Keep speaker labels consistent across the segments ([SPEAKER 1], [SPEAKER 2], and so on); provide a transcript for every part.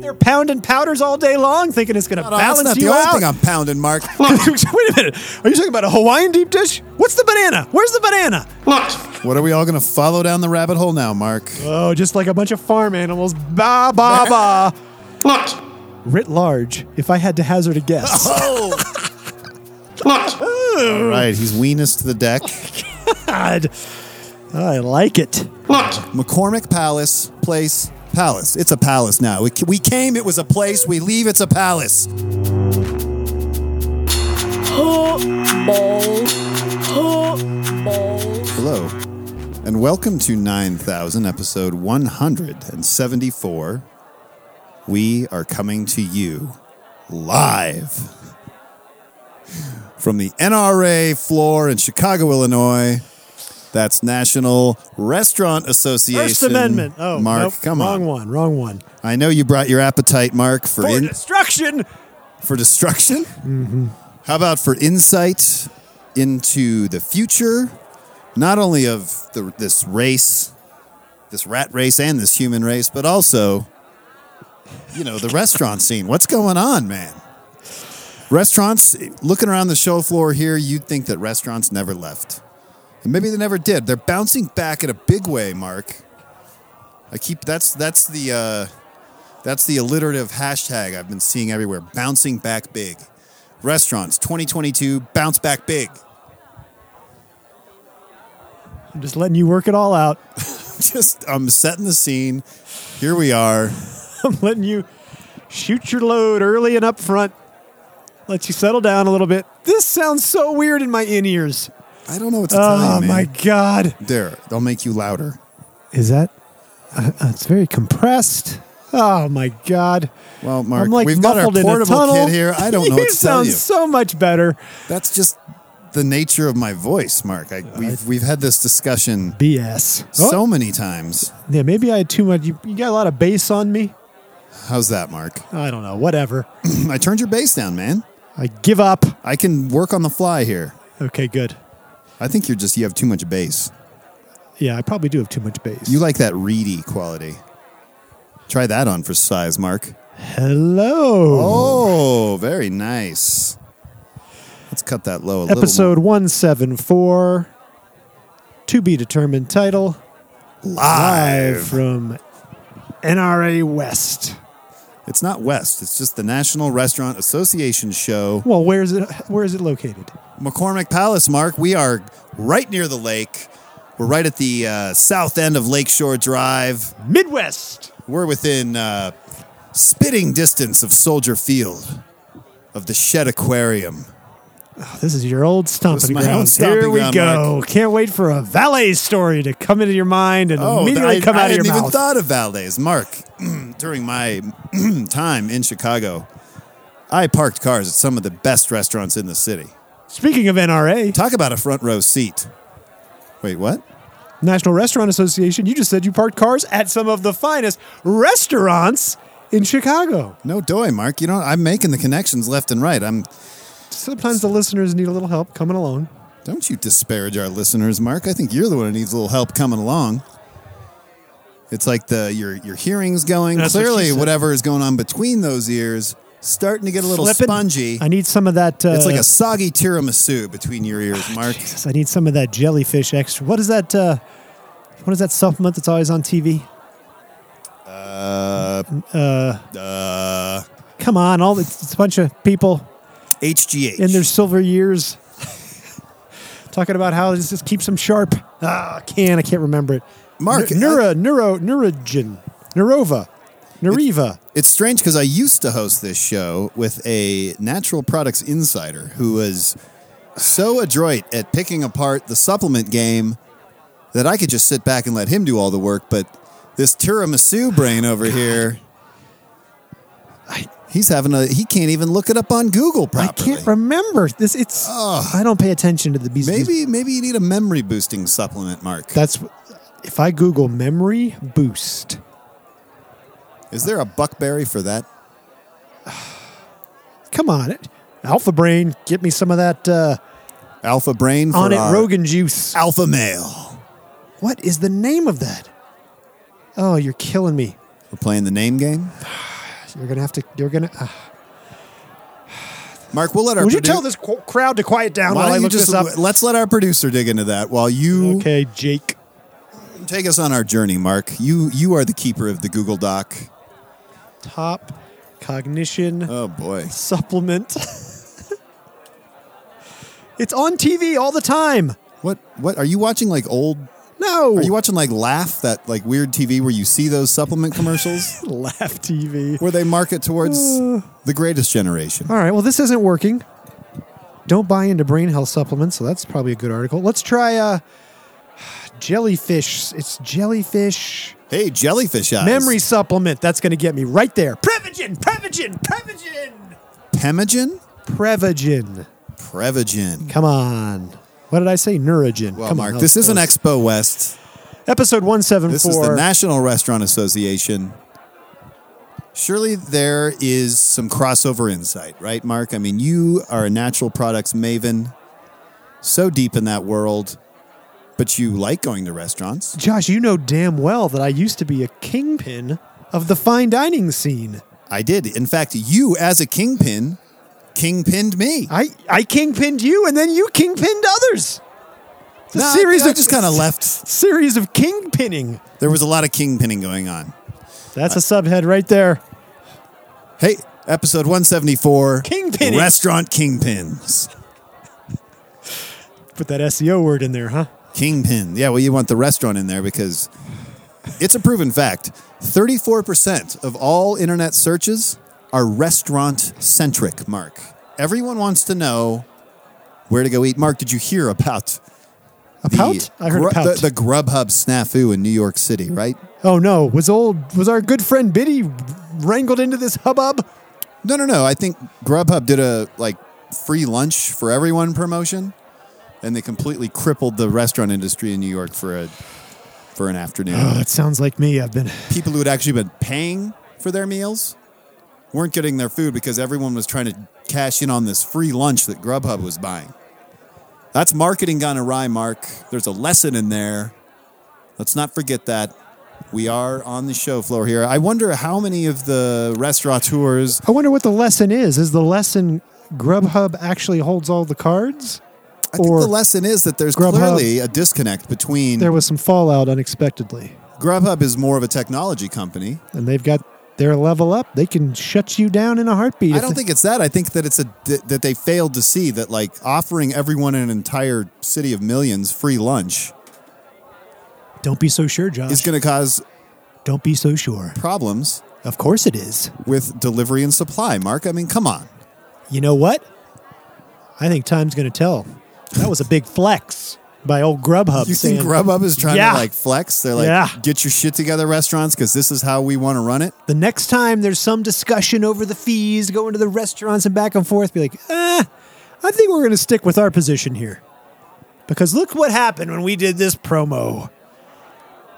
[SPEAKER 1] They're pounding powders all day long, thinking it's going to
[SPEAKER 2] No, that's
[SPEAKER 1] balance
[SPEAKER 2] not the
[SPEAKER 1] you
[SPEAKER 2] only
[SPEAKER 1] out.
[SPEAKER 2] thing I'm pounding, Mark.
[SPEAKER 1] Wait a minute. Are you talking about a Hawaiian deep dish? What's the banana? Where's the banana?
[SPEAKER 2] What are we all going to follow down the rabbit hole now, Mark?
[SPEAKER 1] Oh, just like a bunch of farm animals. Ba ba ba.
[SPEAKER 3] Locked.
[SPEAKER 1] Writ large, if I had to hazard a guess.
[SPEAKER 2] Oh.
[SPEAKER 3] Locked.
[SPEAKER 2] all right, he's weaned us to the deck.
[SPEAKER 1] God. I like it.
[SPEAKER 3] Locked.
[SPEAKER 2] McCormick Palace, place, palace. It's a palace now. We, we came, it was a place. We leave, it's a palace. Hello, and welcome to 9000, episode 174. We are coming to you live from the NRA floor in Chicago, Illinois. That's National Restaurant Association.
[SPEAKER 1] First Amendment. Oh,
[SPEAKER 2] Mark,
[SPEAKER 1] nope.
[SPEAKER 2] come
[SPEAKER 1] wrong
[SPEAKER 2] on.
[SPEAKER 1] one. Wrong one.
[SPEAKER 2] I know you brought your appetite, Mark, for
[SPEAKER 1] For
[SPEAKER 2] in,
[SPEAKER 1] destruction.
[SPEAKER 2] for destruction. How about for insight into the future, not only of the, this race, this rat race, and this human race, but also, you know, the restaurant scene. What's going on, man? Restaurants. Looking around the show floor here, you'd think that restaurants never left, and maybe they never did. They're bouncing back in a big way, Mark. I keep that's that's the. Uh, that's the alliterative hashtag I've been seeing everywhere. Bouncing back big. Restaurants 2022 bounce back big.
[SPEAKER 1] I'm just letting you work it all out.
[SPEAKER 2] Just I'm setting the scene. Here we are.
[SPEAKER 1] I'm letting you shoot your load early and up front. Let you settle down a little bit. This sounds so weird in my in ears.
[SPEAKER 2] I don't know what to tell
[SPEAKER 1] Oh
[SPEAKER 2] you, man.
[SPEAKER 1] my God.
[SPEAKER 2] There, they'll make you louder.
[SPEAKER 1] Is that? Uh, uh, it's very compressed. Oh my God.
[SPEAKER 2] Well, Mark,
[SPEAKER 1] I'm like
[SPEAKER 2] we've got our
[SPEAKER 1] muffled in a
[SPEAKER 2] portable
[SPEAKER 1] tunnel.
[SPEAKER 2] kid here. I don't know
[SPEAKER 1] you
[SPEAKER 2] what to tell
[SPEAKER 1] sound
[SPEAKER 2] you.
[SPEAKER 1] so much better.
[SPEAKER 2] That's just the nature of my voice, Mark. I, we've we've had this discussion
[SPEAKER 1] BS. Oh,
[SPEAKER 2] so many times.
[SPEAKER 1] yeah, maybe I had too much. You, you got a lot of bass on me.
[SPEAKER 2] How's that, Mark?
[SPEAKER 1] I don't know. Whatever.
[SPEAKER 2] I turned your bass down, man.
[SPEAKER 1] I give up.
[SPEAKER 2] I can work on the fly here.
[SPEAKER 1] Okay, good.
[SPEAKER 2] I think you're just you have too much bass.
[SPEAKER 1] Yeah, I probably do have too much bass.
[SPEAKER 2] You like that reedy quality. Try that on for size, Mark.
[SPEAKER 1] Hello.
[SPEAKER 2] Oh, very nice. Let's cut that low a little.
[SPEAKER 1] Episode one seven four. To be determined title.
[SPEAKER 2] Episode
[SPEAKER 1] Live
[SPEAKER 2] live.
[SPEAKER 1] from NRA West.
[SPEAKER 2] It's not West. It's just the National Restaurant Association show.
[SPEAKER 1] Well, where is it? Where is it located?
[SPEAKER 2] McCormick Palace, Mark. We are right near the lake. We're right at the uh, south end of Lakeshore Drive.
[SPEAKER 1] Midwest.
[SPEAKER 2] We're within uh, spitting distance of Soldier Field, of the Shed Aquarium.
[SPEAKER 1] Oh, This is your old stomping
[SPEAKER 2] my old
[SPEAKER 1] grounds.
[SPEAKER 2] stomping
[SPEAKER 1] Here we
[SPEAKER 2] ground,
[SPEAKER 1] go. Can't wait for a valet story to come into your mind and immediately
[SPEAKER 2] Oh, I,
[SPEAKER 1] come
[SPEAKER 2] I
[SPEAKER 1] out of your
[SPEAKER 2] hadn't even
[SPEAKER 1] mouth.
[SPEAKER 2] thought of valets. Mark, during my time in Chicago, I parked cars at some of the best restaurants in the city.
[SPEAKER 1] Speaking of NRA,
[SPEAKER 2] Talk about a front row seat. Wait, what?
[SPEAKER 1] National Restaurant Association, you just said you parked cars at some of the finest restaurants in Chicago.
[SPEAKER 2] No doy, Mark. You know I'm making the connections left and right. I'm.
[SPEAKER 1] Sometimes the listeners need a little help coming along.
[SPEAKER 2] Don't you disparage our listeners, Mark. I think you're the one who needs a little help coming along. It's like the your your hearing's going.
[SPEAKER 1] That's what she
[SPEAKER 2] Clearly,
[SPEAKER 1] said.
[SPEAKER 2] whatever is going on between those ears, starting to get a little
[SPEAKER 1] Slipping.
[SPEAKER 2] spongy.
[SPEAKER 1] I need some of that. Uh,
[SPEAKER 2] It's like a soggy tiramisu between your ears, Mark.
[SPEAKER 1] Jesus, I need some of that jellyfish extra. What is that? Uh, what is that supplement that's always on TV?
[SPEAKER 2] Uh,
[SPEAKER 1] Come on, all it's, it's a bunch of people
[SPEAKER 2] HGH.
[SPEAKER 1] in their silver years. Talking about how this just keeps them sharp. Ah, I can I can't remember it.
[SPEAKER 2] Mark,
[SPEAKER 1] N- Neura, Neuro, Neurogen, Neurova, Nereva.
[SPEAKER 2] it's strange because I used to host this show with a natural products insider who was so adroit at picking apart the supplement game that I could just sit back and let him do all the work. But this tiramisu brain over here, he's having a he can't even look it up on Google
[SPEAKER 1] I
[SPEAKER 2] properly.
[SPEAKER 1] can't remember this. It's I don't pay attention to the bees.
[SPEAKER 2] maybe maybe you need a memory boosting supplement, Mark.
[SPEAKER 1] that's If I Google memory boost,
[SPEAKER 2] Is there a buckberry for that?
[SPEAKER 1] come on, it, Alpha Brain, get me some of that uh,
[SPEAKER 2] Alpha brain for
[SPEAKER 1] on it
[SPEAKER 2] our
[SPEAKER 1] Rogan juice.
[SPEAKER 2] Alpha male.
[SPEAKER 1] What is the name of that? Oh, you're killing me.
[SPEAKER 2] We're playing the name game.
[SPEAKER 1] You're gonna have to. You're gonna. ah.
[SPEAKER 2] Mark, we'll let our
[SPEAKER 1] Would you
[SPEAKER 2] produ-
[SPEAKER 1] tell this qu- crowd to quiet down
[SPEAKER 2] Why
[SPEAKER 1] while
[SPEAKER 2] don't
[SPEAKER 1] I
[SPEAKER 2] you
[SPEAKER 1] look
[SPEAKER 2] just
[SPEAKER 1] this up?
[SPEAKER 2] let's let our producer dig into that while you
[SPEAKER 1] Okay, Jake.
[SPEAKER 2] take us on our journey, Mark. You you are the keeper of the Google Doc.
[SPEAKER 1] Top cognition
[SPEAKER 2] Oh boy.
[SPEAKER 1] supplement. it's on TV all the time.
[SPEAKER 2] What what are you watching like old
[SPEAKER 1] No,
[SPEAKER 2] are you watching like Laugh, that like weird TV where you see those supplement commercials
[SPEAKER 1] laugh TV.
[SPEAKER 2] where they market towards
[SPEAKER 1] Uh.
[SPEAKER 2] the greatest generation?
[SPEAKER 1] All right. Well, this isn't working. Don't buy into brain health supplements. So that's probably a good article. Let's try uh, jellyfish. It's jellyfish
[SPEAKER 2] Hey, jellyfish eyes.
[SPEAKER 1] memory supplement. That's going to get me right there. Prevagen, Prevagen, Prevagen,
[SPEAKER 2] Pemagen?
[SPEAKER 1] Prevagen.
[SPEAKER 2] Prevagen.
[SPEAKER 1] Come on. What did I say? Neurogen.
[SPEAKER 2] Well,
[SPEAKER 1] Come on,
[SPEAKER 2] Mark,
[SPEAKER 1] that
[SPEAKER 2] this
[SPEAKER 1] was
[SPEAKER 2] isn't
[SPEAKER 1] close.
[SPEAKER 2] Expo West.
[SPEAKER 1] episode one seven
[SPEAKER 2] This is
[SPEAKER 1] four.
[SPEAKER 2] the National Restaurant Association. Surely there is some crossover insight, right, Mark? I mean, you are a natural products maven, so deep in that world, but you like going to restaurants.
[SPEAKER 1] Josh, you know damn well that I used to be a kingpin of the fine dining scene.
[SPEAKER 2] I did. In fact, you as a kingpin, kingpinned me.
[SPEAKER 1] I I kingpinned you, and then you kingpinned others. It's a
[SPEAKER 2] No, I-
[SPEAKER 1] series
[SPEAKER 2] I
[SPEAKER 1] of
[SPEAKER 2] just kind of left.
[SPEAKER 1] series of kingpinning.
[SPEAKER 2] There was a lot of kingpinning going on.
[SPEAKER 1] That's a subhead right there.
[SPEAKER 2] Hey, episode 174
[SPEAKER 1] Kingpinning.
[SPEAKER 2] Restaurant Kingpins.
[SPEAKER 1] Put that SEO word in there, huh?
[SPEAKER 2] Kingpin. Yeah, well, you want the restaurant in there because it's a proven fact. 34% of all internet searches are restaurant centric, Mark. Everyone wants to know where to go eat. Mark, did you hear about
[SPEAKER 1] A pout? I heard
[SPEAKER 2] Gru-
[SPEAKER 1] a pout.
[SPEAKER 2] The, the Grubhub snafu in New York City, right?
[SPEAKER 1] oh no, was old was our good friend Biddy wrangled into this hubbub?
[SPEAKER 2] No, no, no. I think Grubhub did a like free lunch for everyone promotion and they completely crippled the restaurant industry in New York for a for an afternoon.
[SPEAKER 1] Oh, it sounds like me. I've been
[SPEAKER 2] people who had actually been paying for their meals weren't getting their food because everyone was trying to cash in on this free lunch that Grubhub was buying. That's marketing gone awry, Mark. There's a lesson in there. Let's not forget that. We are on the show floor here. I wonder how many of the restaurateurs.
[SPEAKER 1] I wonder what the lesson is. Is the lesson Grubhub actually holds all the cards?
[SPEAKER 2] I think
[SPEAKER 1] Or
[SPEAKER 2] the lesson is that there's
[SPEAKER 1] Grubhub.
[SPEAKER 2] clearly a disconnect between
[SPEAKER 1] There was some fallout unexpectedly,
[SPEAKER 2] Grubhub is more of a technology company.
[SPEAKER 1] and they've got their level up. They can shut you down in a heartbeat.
[SPEAKER 2] I
[SPEAKER 1] if
[SPEAKER 2] don't
[SPEAKER 1] they-
[SPEAKER 2] think it's that. I think that it's a th- that they failed to see that like offering everyone in an entire city of millions free lunch
[SPEAKER 1] Don't be so sure, Josh.
[SPEAKER 2] is going to cause
[SPEAKER 1] Don't be so sure.
[SPEAKER 2] problems
[SPEAKER 1] Of course it is.
[SPEAKER 2] with delivery and supply. Mark, I mean, come on.
[SPEAKER 1] You know what? I think time's going to tell. That was a big flex by old Grubhub.
[SPEAKER 2] You think
[SPEAKER 1] saying,
[SPEAKER 2] Grubhub is trying
[SPEAKER 1] Yeah.
[SPEAKER 2] to like flex? They're like,
[SPEAKER 1] Yeah.
[SPEAKER 2] get your shit together, restaurants, because this is how we want to run it.
[SPEAKER 1] the next time there's some discussion over the fees, going to the restaurants and back and forth, be like, eh, I think we're going to stick with our position here. Because look what happened when we did this promo.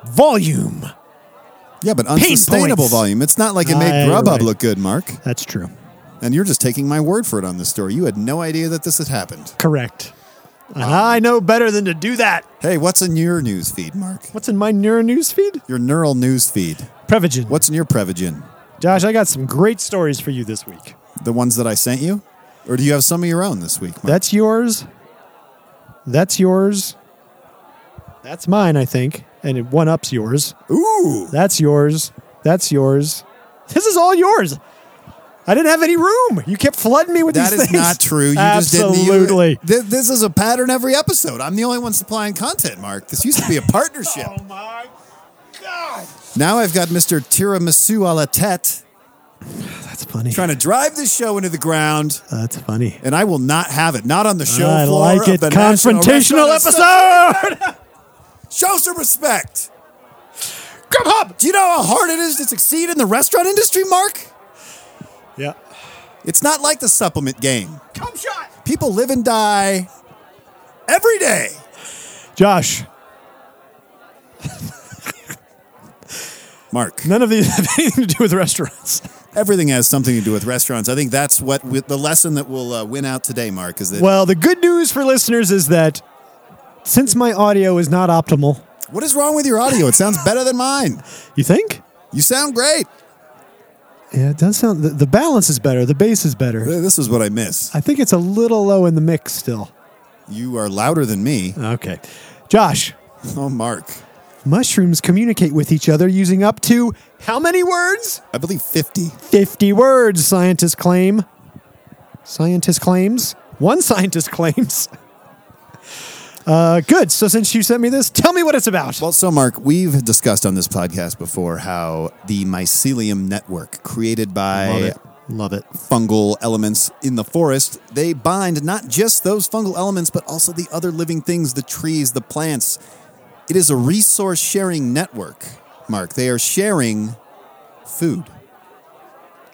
[SPEAKER 1] Volume.
[SPEAKER 2] Yeah, but unsustainable
[SPEAKER 1] points.
[SPEAKER 2] volume. It's not like it made
[SPEAKER 1] Aye,
[SPEAKER 2] Grubhub
[SPEAKER 1] right.
[SPEAKER 2] look good, Mark.
[SPEAKER 1] That's true.
[SPEAKER 2] And you're just taking my word for it on this story. You had no idea that this had happened.
[SPEAKER 1] Correct. And I know better than to do that.
[SPEAKER 2] Hey, what's in your news feed, Mark?
[SPEAKER 1] What's in my neuro news feed?
[SPEAKER 2] Your neural news feed.
[SPEAKER 1] Prevagen.
[SPEAKER 2] What's in your Prevagen?
[SPEAKER 1] Josh, I got some great stories for you this week.
[SPEAKER 2] The ones that I sent you? Or do you have some of your own this week? Mark?
[SPEAKER 1] That's yours. That's yours. That's mine, I think. And it one ups yours.
[SPEAKER 2] Ooh.
[SPEAKER 1] That's yours. That's yours. This is all yours. I didn't have any room. You kept flooding me with
[SPEAKER 2] That
[SPEAKER 1] these
[SPEAKER 2] is
[SPEAKER 1] things.
[SPEAKER 2] not true. You
[SPEAKER 1] Absolutely.
[SPEAKER 2] just didn't. Absolutely. This, is a pattern every episode. I'm the only one supplying content, Mark. This used to be a partnership.
[SPEAKER 1] Oh, my God.
[SPEAKER 2] Now I've got Mr. Tiramisu a la tete
[SPEAKER 1] That's funny.
[SPEAKER 2] trying to drive this show into the ground,
[SPEAKER 1] That's funny.
[SPEAKER 2] and I will not have it. Not on the show
[SPEAKER 1] I
[SPEAKER 2] floor.
[SPEAKER 1] like
[SPEAKER 2] of
[SPEAKER 1] it.
[SPEAKER 2] the National
[SPEAKER 1] Confrontational
[SPEAKER 2] Restaurant
[SPEAKER 1] episode.
[SPEAKER 2] Associ- Show some respect.
[SPEAKER 1] Come up.
[SPEAKER 2] Do you know how hard it is to succeed in the restaurant industry, Mark?
[SPEAKER 1] Yeah.
[SPEAKER 2] It's not like the supplement game.
[SPEAKER 1] Come shot.
[SPEAKER 2] People live and die every day.
[SPEAKER 1] Josh.
[SPEAKER 2] Mark.
[SPEAKER 1] None of these have anything to do with restaurants.
[SPEAKER 2] Everything has something to do with restaurants. I think that's what we, the lesson that will uh, win out today, Mark, is that
[SPEAKER 1] Well, the good news for listeners is that since my audio is not optimal,
[SPEAKER 2] what is wrong with your audio? It sounds better than mine.
[SPEAKER 1] you think?
[SPEAKER 2] You sound great.
[SPEAKER 1] Yeah, it does sound. The, the balance is better. The bass is better.
[SPEAKER 2] This is what I miss.
[SPEAKER 1] I think it's a little low in the mix still.
[SPEAKER 2] You are louder than me.
[SPEAKER 1] Okay, Josh.
[SPEAKER 2] Oh, Mark.
[SPEAKER 1] Mushrooms communicate with each other using up to how many words?
[SPEAKER 2] I believe 50.
[SPEAKER 1] 50 words, scientists claim. Scientist claims. One scientist claims. Uh, good. So since you sent me this, tell me what it's about.
[SPEAKER 2] Well, so Mark, we've discussed on this podcast before how the mycelium network created by
[SPEAKER 1] Love it.
[SPEAKER 2] fungal elements in the forest, they bind not just those fungal elements, but also the other living things, the trees, the plants. It is a resource sharing network, Mark. They are sharing food.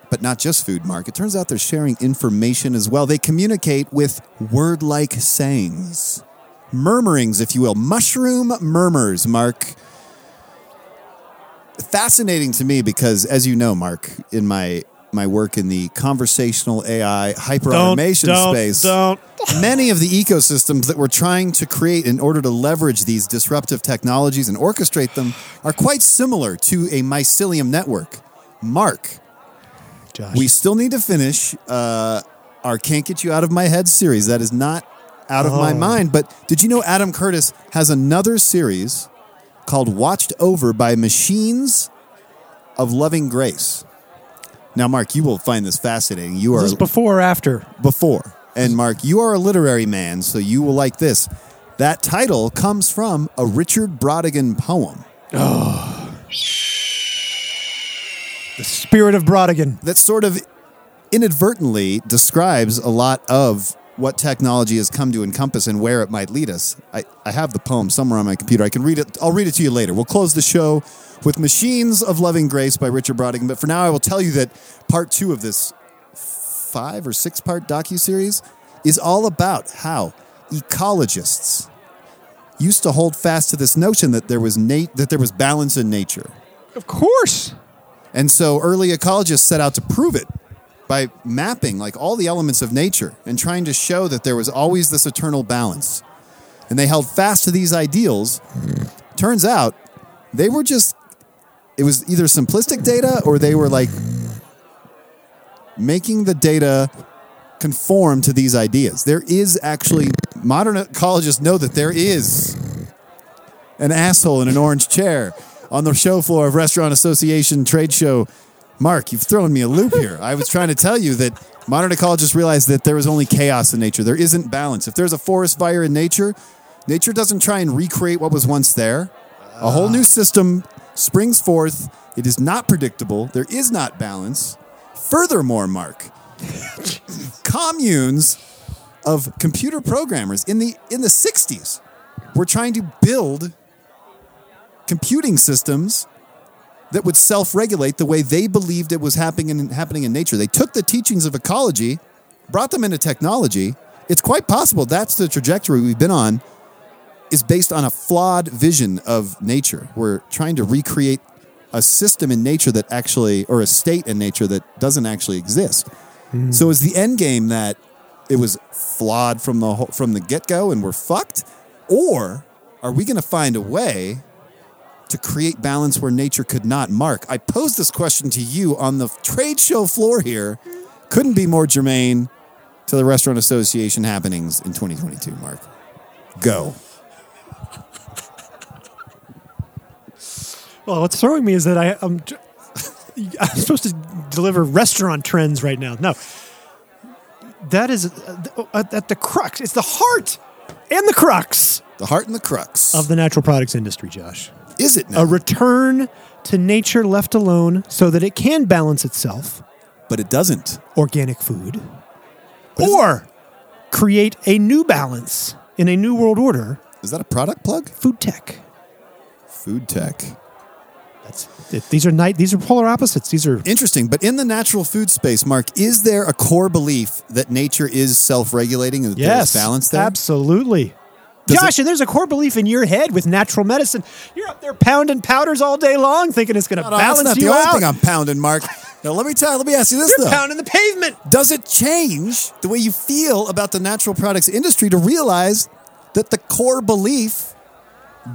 [SPEAKER 2] But not just food, Mark. It turns out they're sharing information as well. They communicate with word like sayings, murmurings, if you will, mushroom murmurs, Mark fascinating to me because, as you know, Mark, in my my work in the conversational AI hyper automation
[SPEAKER 1] don't,
[SPEAKER 2] space,
[SPEAKER 1] don't.
[SPEAKER 2] many of the ecosystems that we're trying to create in order to leverage these disruptive technologies and orchestrate them are quite similar to a mycelium network. Mark,
[SPEAKER 1] Josh.
[SPEAKER 2] we still need to finish uh, our "Can't Get You Out of My Head" series. That is not out of my
[SPEAKER 1] Oh.
[SPEAKER 2] mind. But did you know Adam Curtis has another series called "Watched Over by Machines of Loving Grace"? Now, Mark, you will find this fascinating. You are
[SPEAKER 1] Is this before or after?
[SPEAKER 2] before. And Mark, you are a literary man, so you will like this. That title comes from a Richard Brodigan poem.
[SPEAKER 1] The spirit of Brodigan.
[SPEAKER 2] that sort of inadvertently describes a lot of what technology has come to encompass and where it might lead us. I, I have the poem somewhere on my computer. I can read it. I'll read it to you later. We'll close the show with Machines of Loving Grace by Richard Brodigan. But for now, I will tell you that part two of this five or six part docuseries is all about how ecologists used to hold fast to this notion that there was nat- that there was balance in nature.
[SPEAKER 1] Of course.
[SPEAKER 2] And so early ecologists set out to prove it by mapping like all the elements of nature and trying to show that there was always this eternal balance. And they held fast to these ideals. Turns out they were just it was either simplistic data or they were like making the data conform to these ideas. There is actually modern ecologists know that there is an asshole in an orange chair on the show floor of Restaurant Association trade show. Mark, you've thrown me a loop here. I was trying to tell you that modern ecologists realize that there is only chaos in nature. There isn't balance. If there's a forest fire in nature, nature doesn't try and recreate what was once there. A whole new system springs forth. It is not predictable. There is not balance. Furthermore, Mark, communes of computer programmers in the in the 60s were trying to build computing systems that would self-regulate the way they believed it was happening in, happening in nature. They took the teachings of ecology, brought them into technology. It's quite possible that's the trajectory we've been on is based on a flawed vision of nature. We're trying to recreate a system in nature that actually or a state in nature that doesn't actually exist. So is the end game that it was flawed from the whole, from the get-go and we're fucked or are we going to find a way to create balance where nature could not mark? I posed this question to you on the trade show floor here. Couldn't be more germane to the Restaurant Association happenings in 2022, Mark. Go.
[SPEAKER 1] Well, what's throwing me is that I, I'm, tr- I'm supposed to deliver restaurant trends right now. No, that is uh, th- uh, at the crux. It's the heart and the crux
[SPEAKER 2] The heart and the crux.
[SPEAKER 1] of the natural products industry, Josh.
[SPEAKER 2] is it now?
[SPEAKER 1] A return to nature left alone so that it can balance itself,
[SPEAKER 2] but it doesn't.
[SPEAKER 1] organic food, or create a new balance in a new world order,
[SPEAKER 2] Is that a product plug?
[SPEAKER 1] food tech.
[SPEAKER 2] Food tech.
[SPEAKER 1] That's it. These are night. These are polar opposites. These are
[SPEAKER 2] Interesting. But in the natural food space, Mark, is there a core belief that nature is self regulating and that there's balance there?
[SPEAKER 1] Absolutely.
[SPEAKER 2] Does
[SPEAKER 1] Josh, and there's a core belief in your head with natural medicine. You're up there pounding powders all day long, thinking it's going to
[SPEAKER 2] No, that's
[SPEAKER 1] balance
[SPEAKER 2] not
[SPEAKER 1] you
[SPEAKER 2] the only
[SPEAKER 1] out.
[SPEAKER 2] thing I'm pounding, Mark. Now let me tell. Let me ask you this
[SPEAKER 1] You're
[SPEAKER 2] though:
[SPEAKER 1] pounding the pavement.
[SPEAKER 2] Does it change the way you feel about the natural products industry to realize that the core belief,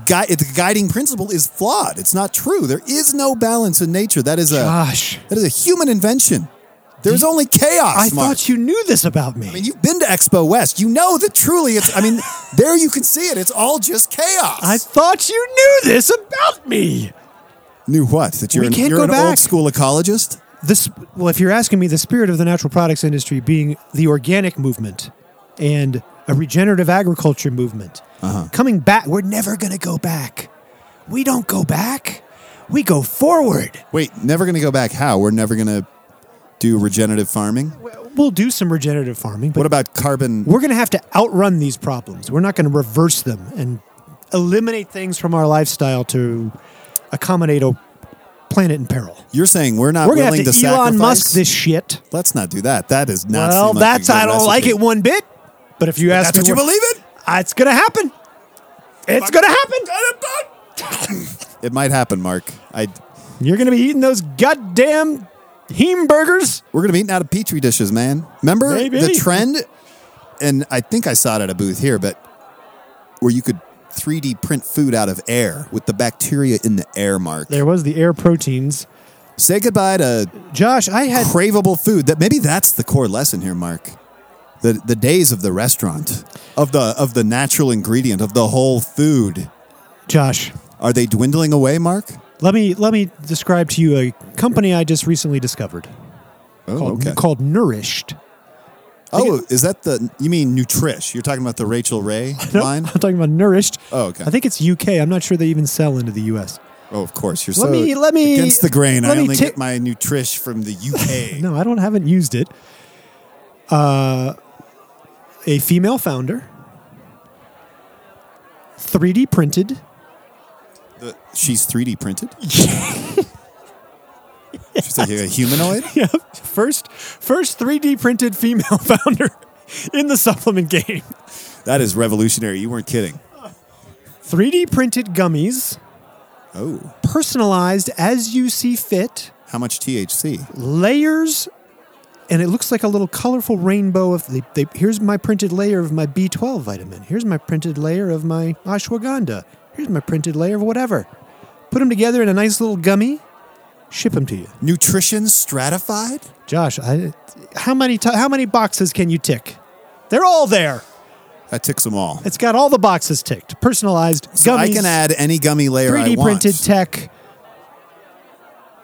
[SPEAKER 2] gui- the guiding principle, is flawed? It's not true. There is no balance in nature. That is a
[SPEAKER 1] Gosh.
[SPEAKER 2] that is a human invention. There's only chaos.
[SPEAKER 1] I
[SPEAKER 2] Mark.
[SPEAKER 1] thought you knew this about me.
[SPEAKER 2] I mean, you've been to Expo West. You know that truly it's, I mean, there you can see it. It's all just chaos.
[SPEAKER 1] I thought you knew this about me.
[SPEAKER 2] knew what? That you're
[SPEAKER 1] We
[SPEAKER 2] an,
[SPEAKER 1] can't
[SPEAKER 2] you're
[SPEAKER 1] go
[SPEAKER 2] an
[SPEAKER 1] back.
[SPEAKER 2] old school ecologist?
[SPEAKER 1] This, well, if you're asking me, the spirit of the natural products industry being the organic movement and a regenerative agriculture movement, coming back, we're never going to go back. We don't go back. We go forward.
[SPEAKER 2] Wait, never going to go back. How? We're never going to do regenerative farming?
[SPEAKER 1] We'll do some regenerative farming, but
[SPEAKER 2] What about carbon?
[SPEAKER 1] we're going to have to outrun these problems. We're not going to reverse them and eliminate things from our lifestyle to accommodate a planet in peril.
[SPEAKER 2] You're saying we're not
[SPEAKER 1] We're going to
[SPEAKER 2] willing
[SPEAKER 1] have to,
[SPEAKER 2] to
[SPEAKER 1] Elon
[SPEAKER 2] sacrifice?
[SPEAKER 1] Musk this shit.
[SPEAKER 2] Let's not do that. That is not.
[SPEAKER 1] well,
[SPEAKER 2] seem like
[SPEAKER 1] that's
[SPEAKER 2] a good
[SPEAKER 1] I don't like
[SPEAKER 2] recipe.
[SPEAKER 1] it one bit. But if you ask
[SPEAKER 2] That's what
[SPEAKER 1] me,
[SPEAKER 2] you
[SPEAKER 1] what-
[SPEAKER 2] believe in?
[SPEAKER 1] Uh, it's gonna happen. It's gonna happen.
[SPEAKER 2] It might happen, Mark. I
[SPEAKER 1] You're gonna be eating those goddamn heme burgers.
[SPEAKER 2] We're gonna be eating out of petri dishes, man. Remember
[SPEAKER 1] Maybe.
[SPEAKER 2] the trend? And I think I saw it at a booth here, but where you could 3D print food out of air with the bacteria in the air. Mark,
[SPEAKER 1] There was the air proteins.
[SPEAKER 2] say goodbye to
[SPEAKER 1] Josh, I had
[SPEAKER 2] craveable food. That maybe that's the core lesson here, Mark. The the days of the restaurant, of the of the natural ingredient, of the whole food,
[SPEAKER 1] Josh.
[SPEAKER 2] are they dwindling away, Mark?
[SPEAKER 1] Let me let me describe to you a company I just recently discovered
[SPEAKER 2] Oh,
[SPEAKER 1] called,
[SPEAKER 2] okay.
[SPEAKER 1] called Nourished.
[SPEAKER 2] Oh, is that the you mean Nutrish? You're talking about the Rachel Ray
[SPEAKER 1] Nope,
[SPEAKER 2] line?
[SPEAKER 1] I'm talking about Nourished.
[SPEAKER 2] Oh, okay.
[SPEAKER 1] I think it's UK. I'm not sure they even sell into the US.
[SPEAKER 2] Oh, of course. You're
[SPEAKER 1] Let
[SPEAKER 2] so
[SPEAKER 1] me- let me-
[SPEAKER 2] against the grain.
[SPEAKER 1] let
[SPEAKER 2] I
[SPEAKER 1] me
[SPEAKER 2] only
[SPEAKER 1] ta-
[SPEAKER 2] get my nutrish from the UK.
[SPEAKER 1] No, I don't haven't used it. Uh, a female founder, 3D printed.
[SPEAKER 2] The- she's 3D printed. she's like a humanoid.
[SPEAKER 1] Yeah, first first 3D printed female founder in the supplement game.
[SPEAKER 2] That is revolutionary. You weren't kidding.
[SPEAKER 1] 3D printed gummies,
[SPEAKER 2] Oh,
[SPEAKER 1] personalized as you see fit,
[SPEAKER 2] how much THC?
[SPEAKER 1] layers and it looks like a little colorful rainbow of they, they, here's my printed layer of my b12 vitamin here's my printed layer of my ashwagandha here's my printed layer of whatever put them together in a nice little gummy ship them to you
[SPEAKER 2] Nutrition stratified?
[SPEAKER 1] josh I, how many ti how many boxes can you tick they're all there
[SPEAKER 2] That ticks them all.
[SPEAKER 1] it's got all the boxes ticked personalized gummies
[SPEAKER 2] So I can add any gummy layer I
[SPEAKER 1] 3d
[SPEAKER 2] want.
[SPEAKER 1] printed tech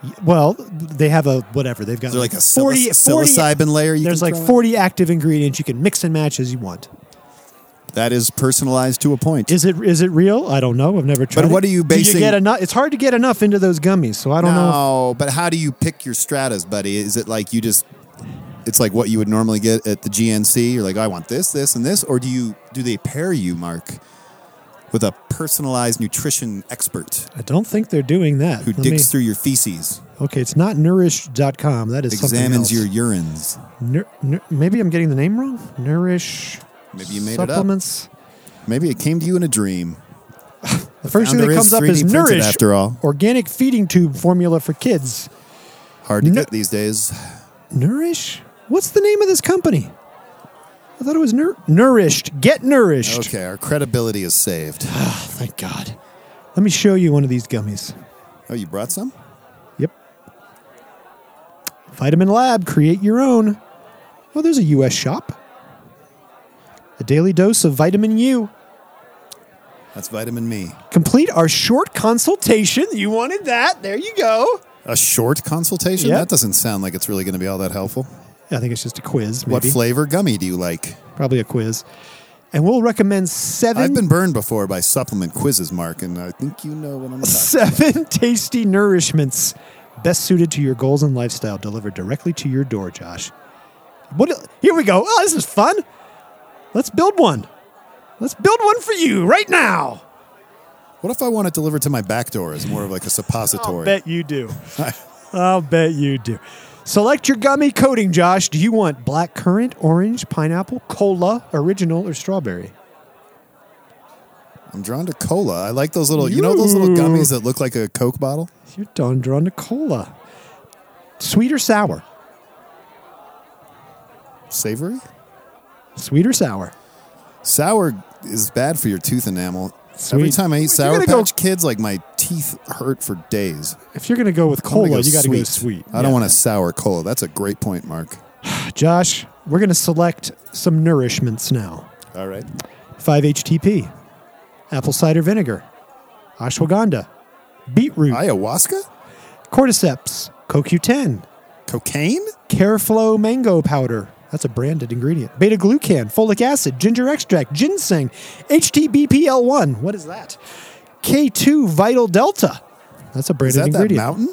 [SPEAKER 1] Y- well they have a whatever they've got
[SPEAKER 2] Is there like a psilocy- psilocybin layer you
[SPEAKER 1] There's
[SPEAKER 2] can
[SPEAKER 1] like
[SPEAKER 2] throw in?
[SPEAKER 1] 40 active ingredients you can mix and match as you want.
[SPEAKER 2] That is personalized to a point.
[SPEAKER 1] Is it is it real? I don't know. I've never tried.
[SPEAKER 2] what
[SPEAKER 1] it.
[SPEAKER 2] are you
[SPEAKER 1] Do
[SPEAKER 2] basing-
[SPEAKER 1] you get enough? It's hard to get enough into those gummies, so I don't know.
[SPEAKER 2] No, but how do you pick your stratas, buddy? Is it like you just it's like what you would normally get at the GNC? You're like, I want this, this, and this, or do you do they pair you, Mark, with a personalized nutrition expert
[SPEAKER 1] I don't think they're doing that.
[SPEAKER 2] who
[SPEAKER 1] Let
[SPEAKER 2] digs
[SPEAKER 1] me-
[SPEAKER 2] through your feces,
[SPEAKER 1] okay, it's not nourish.com. That is
[SPEAKER 2] examines your
[SPEAKER 1] something
[SPEAKER 2] urines?
[SPEAKER 1] your. maybe I'm getting the name wrong. Nourish.
[SPEAKER 2] Maybe you made it up.
[SPEAKER 1] supplements. it up.
[SPEAKER 2] Maybe it came to you in a dream.
[SPEAKER 1] The first thing that
[SPEAKER 2] founder is
[SPEAKER 1] comes up is
[SPEAKER 2] 3D printed
[SPEAKER 1] Nourish,
[SPEAKER 2] after all.
[SPEAKER 1] organic feeding tube formula for kids.
[SPEAKER 2] Hard to
[SPEAKER 1] No-
[SPEAKER 2] get these days.
[SPEAKER 1] Nourish? What's the name of this company? I thought it was Nour- Nourished. Get Nourished.
[SPEAKER 2] Okay, our credibility is saved.
[SPEAKER 1] Oh, thank God. Let me show you one of these gummies.
[SPEAKER 2] Oh, you brought some?
[SPEAKER 1] Yep. Vitamin Lab, create your own. Oh, there's a U.S. shop. A daily dose of vitamin U.
[SPEAKER 2] That's vitamin me.
[SPEAKER 1] Complete our short consultation. You wanted that. There you go.
[SPEAKER 2] A short consultation?
[SPEAKER 1] Yep.
[SPEAKER 2] That doesn't sound like it's really going to be all that helpful.
[SPEAKER 1] I think it's just a quiz. Maybe.
[SPEAKER 2] What flavor gummy do you like?
[SPEAKER 1] Probably a quiz. And we'll recommend
[SPEAKER 2] I've
[SPEAKER 1] seven,
[SPEAKER 2] been burned before by supplement quizzes, Mark, and I think you know what I'm talking
[SPEAKER 1] seven tasty nourishments best suited to your goals and lifestyle delivered directly to your door, Josh. What? Here we go. Oh, this is fun. Let's build one. Let's build one for you right now.
[SPEAKER 2] about. What if I want it delivered to my back door as more of like a
[SPEAKER 1] I'll
[SPEAKER 2] suppository?
[SPEAKER 1] bet you do. I'll bet you do. Select your gummy coating, Josh. Do you want black currant, orange, pineapple, cola, original, or strawberry?
[SPEAKER 2] I'm drawn to cola. I like those little, you know, those little
[SPEAKER 1] Ooh.
[SPEAKER 2] gummies that look like a Coke bottle.
[SPEAKER 1] You're done drawn to cola. Sweet or sour?
[SPEAKER 2] Savory.
[SPEAKER 1] Sweet or sour?
[SPEAKER 2] Sour is bad for your tooth enamel. Every
[SPEAKER 1] Sweet.
[SPEAKER 2] time I eat
[SPEAKER 1] you're
[SPEAKER 2] Sour
[SPEAKER 1] gonna go-
[SPEAKER 2] Patch Kids, like my teeth hurt for days.
[SPEAKER 1] If you're going to go with
[SPEAKER 2] I'm
[SPEAKER 1] cola,
[SPEAKER 2] gonna
[SPEAKER 1] you got to go sweet.
[SPEAKER 2] I don't want a sour cola. That's a great point, Mark.
[SPEAKER 1] to. Josh, we're going to select some nourishments now
[SPEAKER 2] All right.
[SPEAKER 1] 5 HTP, apple cider vinegar, ashwagandha, beetroot,
[SPEAKER 2] Ayahuasca?
[SPEAKER 1] cordyceps, CoQ10,
[SPEAKER 2] Cocaine?
[SPEAKER 1] Careflow mango powder. That's a branded ingredient. Beta glucan, folic acid, ginger extract, ginseng, HTBPL1. What is that? K2 vital delta. That's a
[SPEAKER 2] Is
[SPEAKER 1] branded
[SPEAKER 2] that that
[SPEAKER 1] ingredient.
[SPEAKER 2] mountain?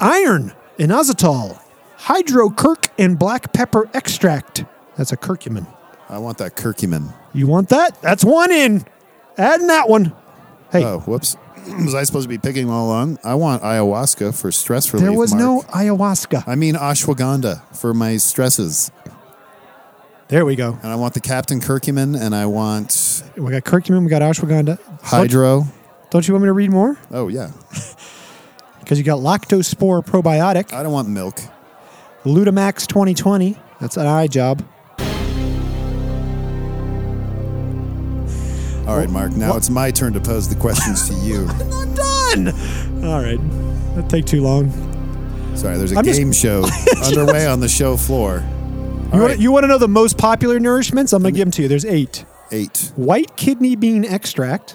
[SPEAKER 1] Iron, inositol, hydrokirk, and black pepper extract. That's a curcumin.
[SPEAKER 2] I want that curcumin.
[SPEAKER 1] You want that? That's one in. Adding that one. Hey,
[SPEAKER 2] Oh, whoops. Was I supposed to be picking all along? I want ayahuasca for stress relief.
[SPEAKER 1] there was
[SPEAKER 2] Mark.
[SPEAKER 1] no ayahuasca.
[SPEAKER 2] I mean ashwagandha for my stresses.
[SPEAKER 1] there we go.
[SPEAKER 2] And I want the Captain Curcumin and I want
[SPEAKER 1] We got curcumin, we got ashwagandha. Don't-
[SPEAKER 2] hydro.
[SPEAKER 1] Don't you want me to read more?
[SPEAKER 2] Oh, yeah.
[SPEAKER 1] Because you got lactospore probiotic.
[SPEAKER 2] I don't want milk.
[SPEAKER 1] Ludamax 2020. That's an eye job.
[SPEAKER 2] All right, Mark. Now it's my turn to pose the questions to you.
[SPEAKER 1] I'm done. All right. That'd take too long.
[SPEAKER 2] Sorry, there's a
[SPEAKER 1] I'm just-
[SPEAKER 2] game show underway on the show floor.
[SPEAKER 1] You,
[SPEAKER 2] All
[SPEAKER 1] want,
[SPEAKER 2] right.
[SPEAKER 1] you want to know the most popular nourishments? I'm going to give them to you. There's eight
[SPEAKER 2] Eight.
[SPEAKER 1] white kidney bean extract,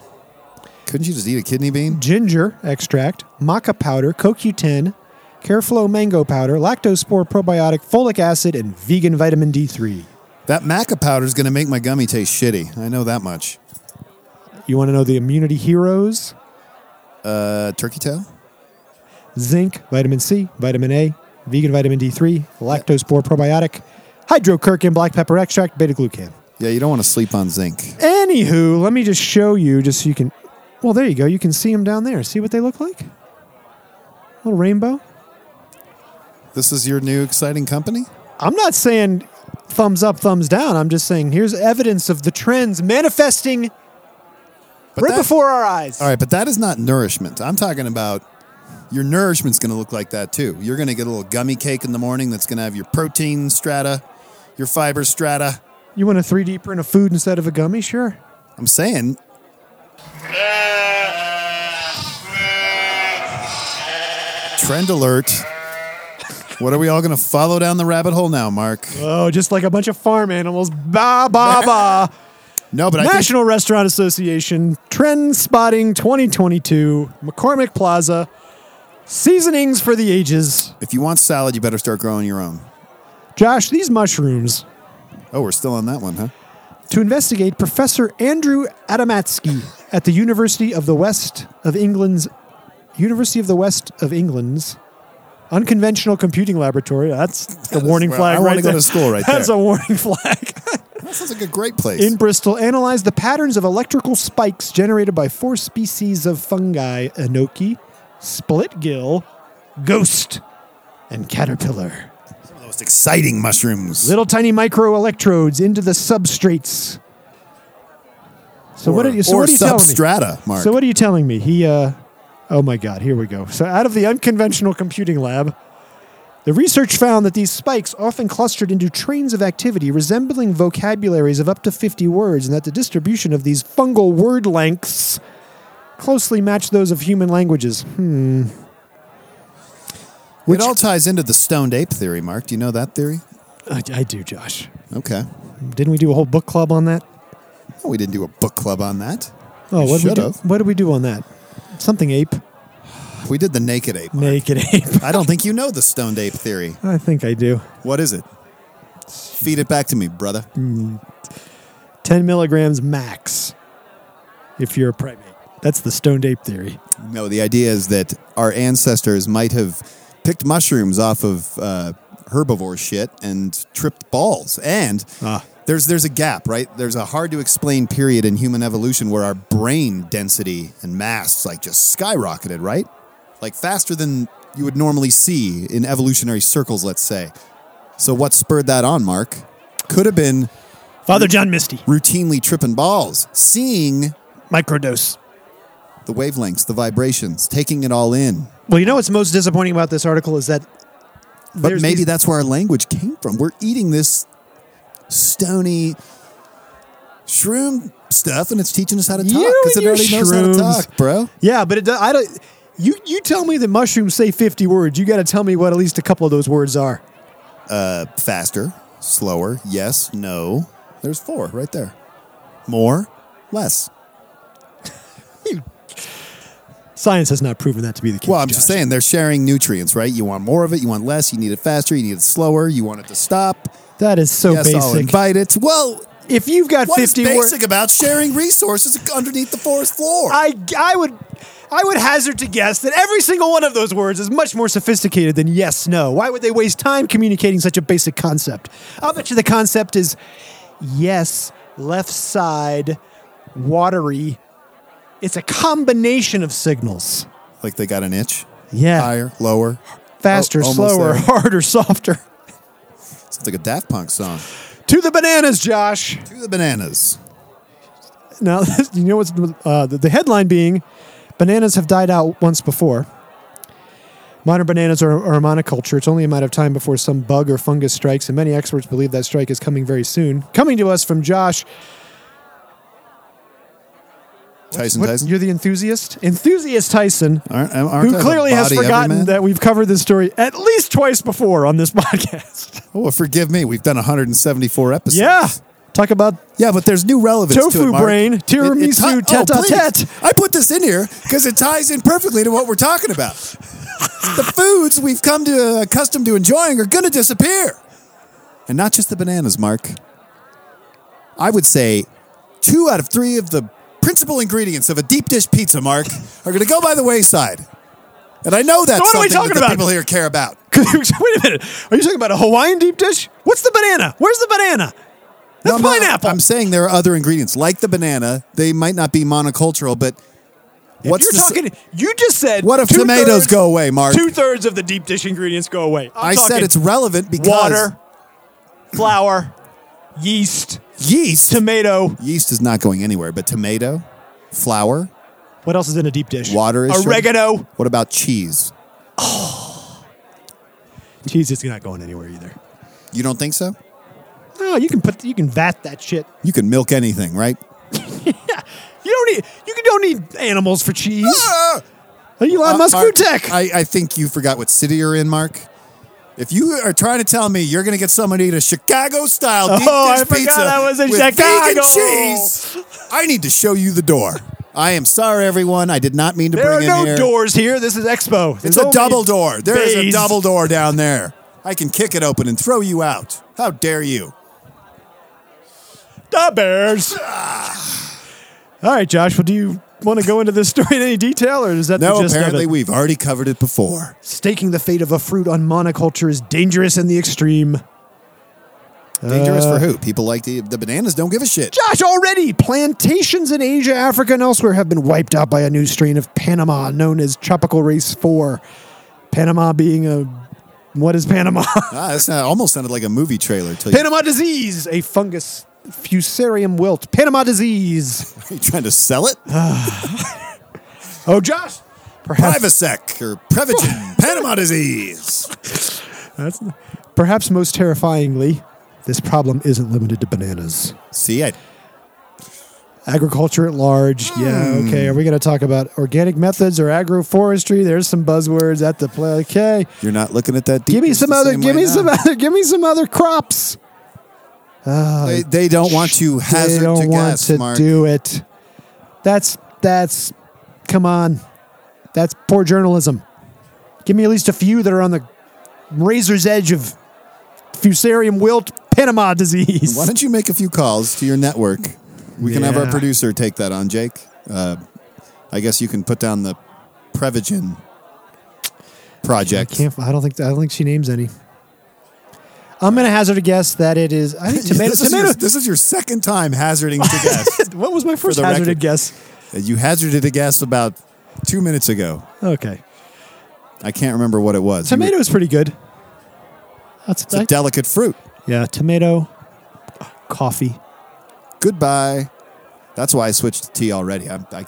[SPEAKER 2] Couldn't you just eat a kidney bean?
[SPEAKER 1] ginger extract, maca powder, CoQ10, Careflow mango powder, lactospore probiotic, folic acid, and vegan vitamin D3.
[SPEAKER 2] That maca powder is going to make my gummy taste shitty. I know that much.
[SPEAKER 1] You want to know the immunity heroes?
[SPEAKER 2] Uh, turkey tail?
[SPEAKER 1] Zinc, vitamin C, vitamin A, vegan vitamin D3, lactospore probiotic, hydrocurc and black pepper extract, beta glucan.
[SPEAKER 2] Yeah, you don't want to sleep on zinc.
[SPEAKER 1] Anywho, let me just show you, just so you can. Well, there you go. You can see them down there. See what they look like? Little rainbow.
[SPEAKER 2] This is your new exciting company?
[SPEAKER 1] I'm not saying thumbs up, thumbs down. I'm just saying here's evidence of the trends manifesting
[SPEAKER 2] But
[SPEAKER 1] right
[SPEAKER 2] that-
[SPEAKER 1] before our eyes.
[SPEAKER 2] All right, but that is not nourishment. I'm talking about your nourishment's going to look like that too. You're going to get a little gummy cake in the morning that's going to have your protein strata, your fiber strata.
[SPEAKER 1] You want a 3D print of food instead of a gummy? Sure.
[SPEAKER 2] I'm saying trend alert. What are we all going to follow down the rabbit hole now, Mark?
[SPEAKER 1] Oh, just like a bunch of farm animals. Ba ba ba.
[SPEAKER 2] No, but I think
[SPEAKER 1] National Restaurant Association Trend Spotting 2022, McCormick Plaza, seasonings for the ages.
[SPEAKER 2] if you want salad, you better start growing your own.
[SPEAKER 1] Josh, these mushrooms.
[SPEAKER 2] Oh, we're still on that one, huh?
[SPEAKER 1] to investigate Professor Andrew Adamatsky at the University of the West of England's University of the West of England's Unconventional Computing Laboratory. That's the warning
[SPEAKER 2] where
[SPEAKER 1] flag
[SPEAKER 2] I wanna
[SPEAKER 1] right
[SPEAKER 2] go
[SPEAKER 1] there.
[SPEAKER 2] to school right
[SPEAKER 1] That's
[SPEAKER 2] there.
[SPEAKER 1] a warning flag.
[SPEAKER 2] That sounds like a great place.
[SPEAKER 1] In Bristol, analyzed the patterns of electrical spikes generated by four species of fungi Enoki, splitgill, ghost, and caterpillar.
[SPEAKER 2] Some of the most exciting mushrooms.
[SPEAKER 1] little tiny microelectrodes into the substrates. So what
[SPEAKER 2] Or-
[SPEAKER 1] are you? So
[SPEAKER 2] or
[SPEAKER 1] what are you telling me?
[SPEAKER 2] substrata, Mark.
[SPEAKER 1] So what are you telling me? He, uh, oh my God, here we go. So out of the unconventional computing lab, the research found that these spikes often clustered into trains of activity resembling vocabularies of up to 50 words, and that the distribution of these fungal word lengths closely matched those of human languages. Hmm.
[SPEAKER 2] it all ties into the stoned ape theory, Mark. Do you know that theory?
[SPEAKER 1] I, I do, Josh.
[SPEAKER 2] Okay.
[SPEAKER 1] Didn't we do a whole book club on that?
[SPEAKER 2] No, we didn't do a book club on that.
[SPEAKER 1] Oh,
[SPEAKER 2] You
[SPEAKER 1] what did, we do,
[SPEAKER 2] should've.
[SPEAKER 1] what did we do on that? Something ape,
[SPEAKER 2] We did the naked ape. Mark.
[SPEAKER 1] naked ape.
[SPEAKER 2] I don't think you know the stoned ape theory.
[SPEAKER 1] I think I do.
[SPEAKER 2] What is it? Feed it back to me, brother.
[SPEAKER 1] 10 milligrams max if you're a primate. That's the stoned ape theory.
[SPEAKER 2] No, the idea is that our ancestors might have picked mushrooms off of uh, herbivore shit and tripped balls. And
[SPEAKER 1] Ah.
[SPEAKER 2] there's there's a gap, right? There's a hard to explain period in human evolution where our brain density and mass like just skyrocketed, right? Like faster than you would normally see in evolutionary circles, let's say. So what spurred that on, Mark? Could have been
[SPEAKER 1] Father John Misty.
[SPEAKER 2] routinely tripping balls, seeing
[SPEAKER 1] Microdose.
[SPEAKER 2] The wavelengths, the vibrations, taking it all in.
[SPEAKER 1] Well, you know what's most disappointing about this article is that
[SPEAKER 2] But
[SPEAKER 1] There's
[SPEAKER 2] maybe
[SPEAKER 1] these-
[SPEAKER 2] that's where our language came from. We're eating this stony shroom stuff, and it's teaching us how to talk
[SPEAKER 1] You
[SPEAKER 2] because
[SPEAKER 1] and
[SPEAKER 2] it
[SPEAKER 1] your
[SPEAKER 2] already knows how to
[SPEAKER 1] shrooms.
[SPEAKER 2] talk, bro.
[SPEAKER 1] yeah, but it do- I don't. You you tell me that mushrooms say fifty words. You got to tell me what at least a couple of those words are.
[SPEAKER 2] Faster, slower, yes, no. There's four right there. More, less.
[SPEAKER 1] Science has not proven that to be the case.
[SPEAKER 2] Well, I'm
[SPEAKER 1] Josh.
[SPEAKER 2] just saying they're sharing nutrients, right? You want more of it, you want less, you need it faster, you need it slower, you want it to stop.
[SPEAKER 1] that is so
[SPEAKER 2] yes, I'll
[SPEAKER 1] basic.
[SPEAKER 2] invite it. Well,
[SPEAKER 1] If you've got
[SPEAKER 2] what is
[SPEAKER 1] fifty words,
[SPEAKER 2] basic about sharing resources underneath the forest floor?
[SPEAKER 1] I I would I would hazard to guess that every single one of those words is much more sophisticated than yes no. Why would they waste time communicating such a basic concept? I'll bet you the concept is yes left side watery. It's a combination of signals.
[SPEAKER 2] like they got an inch.
[SPEAKER 1] Yeah.
[SPEAKER 2] Higher, lower,
[SPEAKER 1] Faster,
[SPEAKER 2] Oh, almost
[SPEAKER 1] slower,
[SPEAKER 2] there.
[SPEAKER 1] harder, softer.
[SPEAKER 2] Sounds like a Daft Punk song.
[SPEAKER 1] To the bananas, Josh.
[SPEAKER 2] To the bananas.
[SPEAKER 1] Now, you know what's uh, the, the headline being bananas have died out once before. Modern bananas are, are a monoculture. It's only a matter of time before some bug or fungus strikes, and many experts believe that strike is coming very soon. Coming to us from Josh.
[SPEAKER 2] Tyson
[SPEAKER 1] What,
[SPEAKER 2] Tyson.
[SPEAKER 1] You're the enthusiast? Enthusiast Tyson,
[SPEAKER 2] Aren't, aren't I
[SPEAKER 1] who
[SPEAKER 2] the
[SPEAKER 1] clearly has
[SPEAKER 2] body
[SPEAKER 1] forgotten
[SPEAKER 2] everyman?
[SPEAKER 1] that we've covered this story at least twice before on this podcast.
[SPEAKER 2] Oh, well, forgive me. We've done 174 episodes.
[SPEAKER 1] yeah. Talk about
[SPEAKER 2] Yeah, but there's new relevance to
[SPEAKER 1] Tofu
[SPEAKER 2] it, Mark.
[SPEAKER 1] brain, tiramisu
[SPEAKER 2] oh,
[SPEAKER 1] tete-a-tete.
[SPEAKER 2] please. I put this in here because it ties in perfectly to what we're talking about. the foods we've come to accustomed to enjoying are going to disappear. And not just the bananas, Mark. I would say two out of three of the principal ingredients of a deep dish pizza, Mark, are going to go by the wayside. And I know that's
[SPEAKER 1] What are we talking
[SPEAKER 2] something that the
[SPEAKER 1] about?
[SPEAKER 2] people here care about.
[SPEAKER 1] Wait a minute. Are you talking about a Hawaiian deep dish? What's the banana? Where's the banana? That's
[SPEAKER 2] No, no,
[SPEAKER 1] pineapple.
[SPEAKER 2] I'm saying there are other ingredients like the banana. They might not be monocultural, but what's
[SPEAKER 1] You're
[SPEAKER 2] the s-
[SPEAKER 1] talking. You just said.
[SPEAKER 2] What if tomatoes go away, Mark?
[SPEAKER 1] Two thirds of the deep dish ingredients go away. I'm
[SPEAKER 2] I said
[SPEAKER 1] talking
[SPEAKER 2] it's relevant because
[SPEAKER 1] water, flour, yeast,
[SPEAKER 2] yeast.
[SPEAKER 1] tomato.
[SPEAKER 2] yeast is not going anywhere, but tomato, flour,
[SPEAKER 1] What else is in a deep dish?
[SPEAKER 2] water is
[SPEAKER 1] oregano.
[SPEAKER 2] What about cheese?
[SPEAKER 1] Cheese is not going anywhere either.
[SPEAKER 2] You don't think so?
[SPEAKER 1] No, you can put. You can vat that shit.
[SPEAKER 2] You can milk anything, right?
[SPEAKER 1] You don't need. You can- don't need animals for cheese.
[SPEAKER 2] Ah!
[SPEAKER 1] Elon
[SPEAKER 2] Uh,
[SPEAKER 1] Musk food
[SPEAKER 2] Mark,
[SPEAKER 1] tech.
[SPEAKER 2] I, I think you forgot what city you're in, Mark. If you are trying to tell me you're going to get someone to eat a Chicago-style deep
[SPEAKER 1] Oh, I
[SPEAKER 2] dish
[SPEAKER 1] forgot
[SPEAKER 2] pizza
[SPEAKER 1] I was in
[SPEAKER 2] with vegan
[SPEAKER 1] Chicago.
[SPEAKER 2] cheese, I need to show you the door. I am sorry, everyone. I did not mean to
[SPEAKER 1] there are
[SPEAKER 2] bring in
[SPEAKER 1] no
[SPEAKER 2] here.
[SPEAKER 1] doors here. This is Expo.
[SPEAKER 2] It's
[SPEAKER 1] There's
[SPEAKER 2] a
[SPEAKER 1] only
[SPEAKER 2] double door. There is a
[SPEAKER 1] bays.
[SPEAKER 2] double door down there. I can kick it open and throw you out. How dare you?
[SPEAKER 1] The Bears. All right, Josh. Well, do you want to go into this story in any detail, or is that
[SPEAKER 2] No,
[SPEAKER 1] the gist
[SPEAKER 2] apparently
[SPEAKER 1] of it?
[SPEAKER 2] we've already covered it before.
[SPEAKER 1] Staking the fate of a fruit on monoculture is dangerous in the extreme.
[SPEAKER 2] Dangerous for who? People like the, the bananas don't give a shit.
[SPEAKER 1] Josh, already plantations in Asia, Africa, and elsewhere have been wiped out by a new strain of Panama known as Tropical Race 4. Panama being a. What is Panama?
[SPEAKER 2] Ah, that's not, almost sounded like a movie trailer till you
[SPEAKER 1] Panama disease, a fungus. Fusarium wilt. Panama disease.
[SPEAKER 2] you trying to sell it.
[SPEAKER 1] Oh, Josh. Perhaps.
[SPEAKER 2] Privasec or Prevagen, Panama disease.
[SPEAKER 1] That's perhaps most terrifyingly, this problem isn't limited to bananas.
[SPEAKER 2] See, I
[SPEAKER 1] Agriculture at large.
[SPEAKER 2] Hmm.
[SPEAKER 1] Yeah, okay. Are we going to talk about organic methods or agroforestry? There's some buzzwords at the play. Okay.
[SPEAKER 2] you're not looking at that. deep
[SPEAKER 1] Give me
[SPEAKER 2] dish
[SPEAKER 1] some
[SPEAKER 2] the
[SPEAKER 1] other
[SPEAKER 2] same
[SPEAKER 1] give
[SPEAKER 2] way
[SPEAKER 1] me
[SPEAKER 2] now.
[SPEAKER 1] some other give me some other crops.
[SPEAKER 2] They, they don't want you hazard
[SPEAKER 1] they don't
[SPEAKER 2] to
[SPEAKER 1] want
[SPEAKER 2] gas,
[SPEAKER 1] to
[SPEAKER 2] Mark.
[SPEAKER 1] do it. That's that's come on. That's poor journalism. Give me at least a few that are on the razor's edge of fusarium wilt Panama disease.
[SPEAKER 2] Why don't you make a few calls to your network? We can have our
[SPEAKER 1] Yeah.
[SPEAKER 2] producer take that on, Jake. Uh, I guess you can put down the Prevagen
[SPEAKER 1] I
[SPEAKER 2] project.
[SPEAKER 1] can't. I don't think. I don't think she names any. I'm gonna hazard a guess that it is. I think tomato.
[SPEAKER 2] this, is
[SPEAKER 1] tomato
[SPEAKER 2] your, this is your second time hazarding to guess.
[SPEAKER 1] what was my first
[SPEAKER 2] the
[SPEAKER 1] hazarded
[SPEAKER 2] record.
[SPEAKER 1] guess?
[SPEAKER 2] you hazarded a guess about two minutes ago.
[SPEAKER 1] Okay,
[SPEAKER 2] I can't remember what it was. You-
[SPEAKER 1] tomato is pretty good. That's
[SPEAKER 2] It's a delicate fruit.
[SPEAKER 1] yeah. Tomato, coffee.
[SPEAKER 2] Goodbye. That's why I switched to tea already. I, I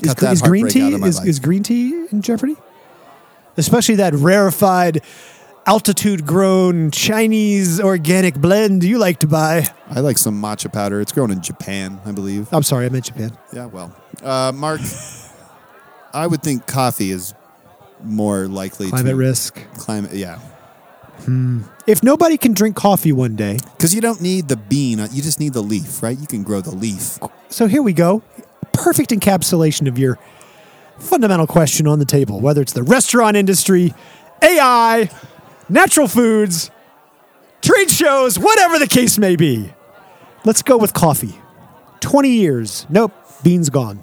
[SPEAKER 1] Is,
[SPEAKER 2] cut that
[SPEAKER 1] is green
[SPEAKER 2] heartbreak
[SPEAKER 1] tea
[SPEAKER 2] out of my
[SPEAKER 1] is,
[SPEAKER 2] life.
[SPEAKER 1] is green tea in jeopardy? Especially that rarefied, altitude-grown Chinese organic blend you like to buy.
[SPEAKER 2] I like some matcha powder. It's grown in Japan, I believe.
[SPEAKER 1] I'm sorry, I meant Japan.
[SPEAKER 2] Yeah, well, uh, Mark, I would think coffee is more likely to
[SPEAKER 1] Climate risk.
[SPEAKER 2] climate. Yeah,
[SPEAKER 1] If nobody can drink coffee one day,
[SPEAKER 2] because you don't need the bean; uh, you just need the leaf, right? You can grow the leaf.
[SPEAKER 1] so here we go. Perfect encapsulation of your fundamental question on the table, whether it's the restaurant industry, AI, natural foods, trade shows, whatever the case may be. Let's go with coffee. 20 years. Nope, beans gone.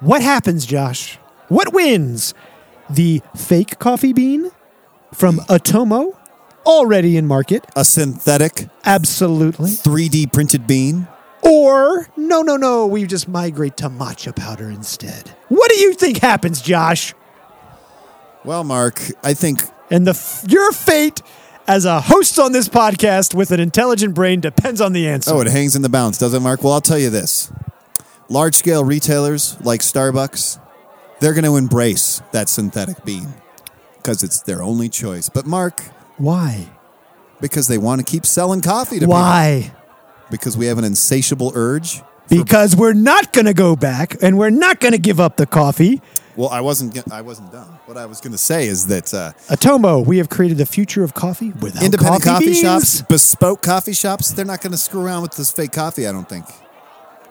[SPEAKER 1] What happens, Josh? What wins? The fake coffee bean from Atomo, already in market.
[SPEAKER 2] A synthetic,
[SPEAKER 1] Absolutely.
[SPEAKER 2] three D printed bean.
[SPEAKER 1] Or, no, no, no, we just migrate to matcha powder instead. What do you think happens, Josh?
[SPEAKER 2] Well, Mark, I think
[SPEAKER 1] And the f- your fate as a host on this podcast with an intelligent brain depends on the answer.
[SPEAKER 2] Oh, it hangs in the balance, doesn't it, Mark? Well, I'll tell you this. Large scale retailers like Starbucks, they're going to embrace that synthetic bean because it's their only choice. But, Mark,
[SPEAKER 1] Why?
[SPEAKER 2] because they want to keep selling coffee to
[SPEAKER 1] Why?
[SPEAKER 2] people, because we have an insatiable urge.
[SPEAKER 1] Because we're not going to go back and we're not going to give up the coffee.
[SPEAKER 2] Well, I wasn't, g- I wasn't done. What I was going to say is that uh,
[SPEAKER 1] Atomo, we have created the future of Oh, coffee without
[SPEAKER 2] independent coffee,
[SPEAKER 1] beans.
[SPEAKER 2] shops, bespoke coffee shops, they're not going to screw around with this fake coffee, I don't think.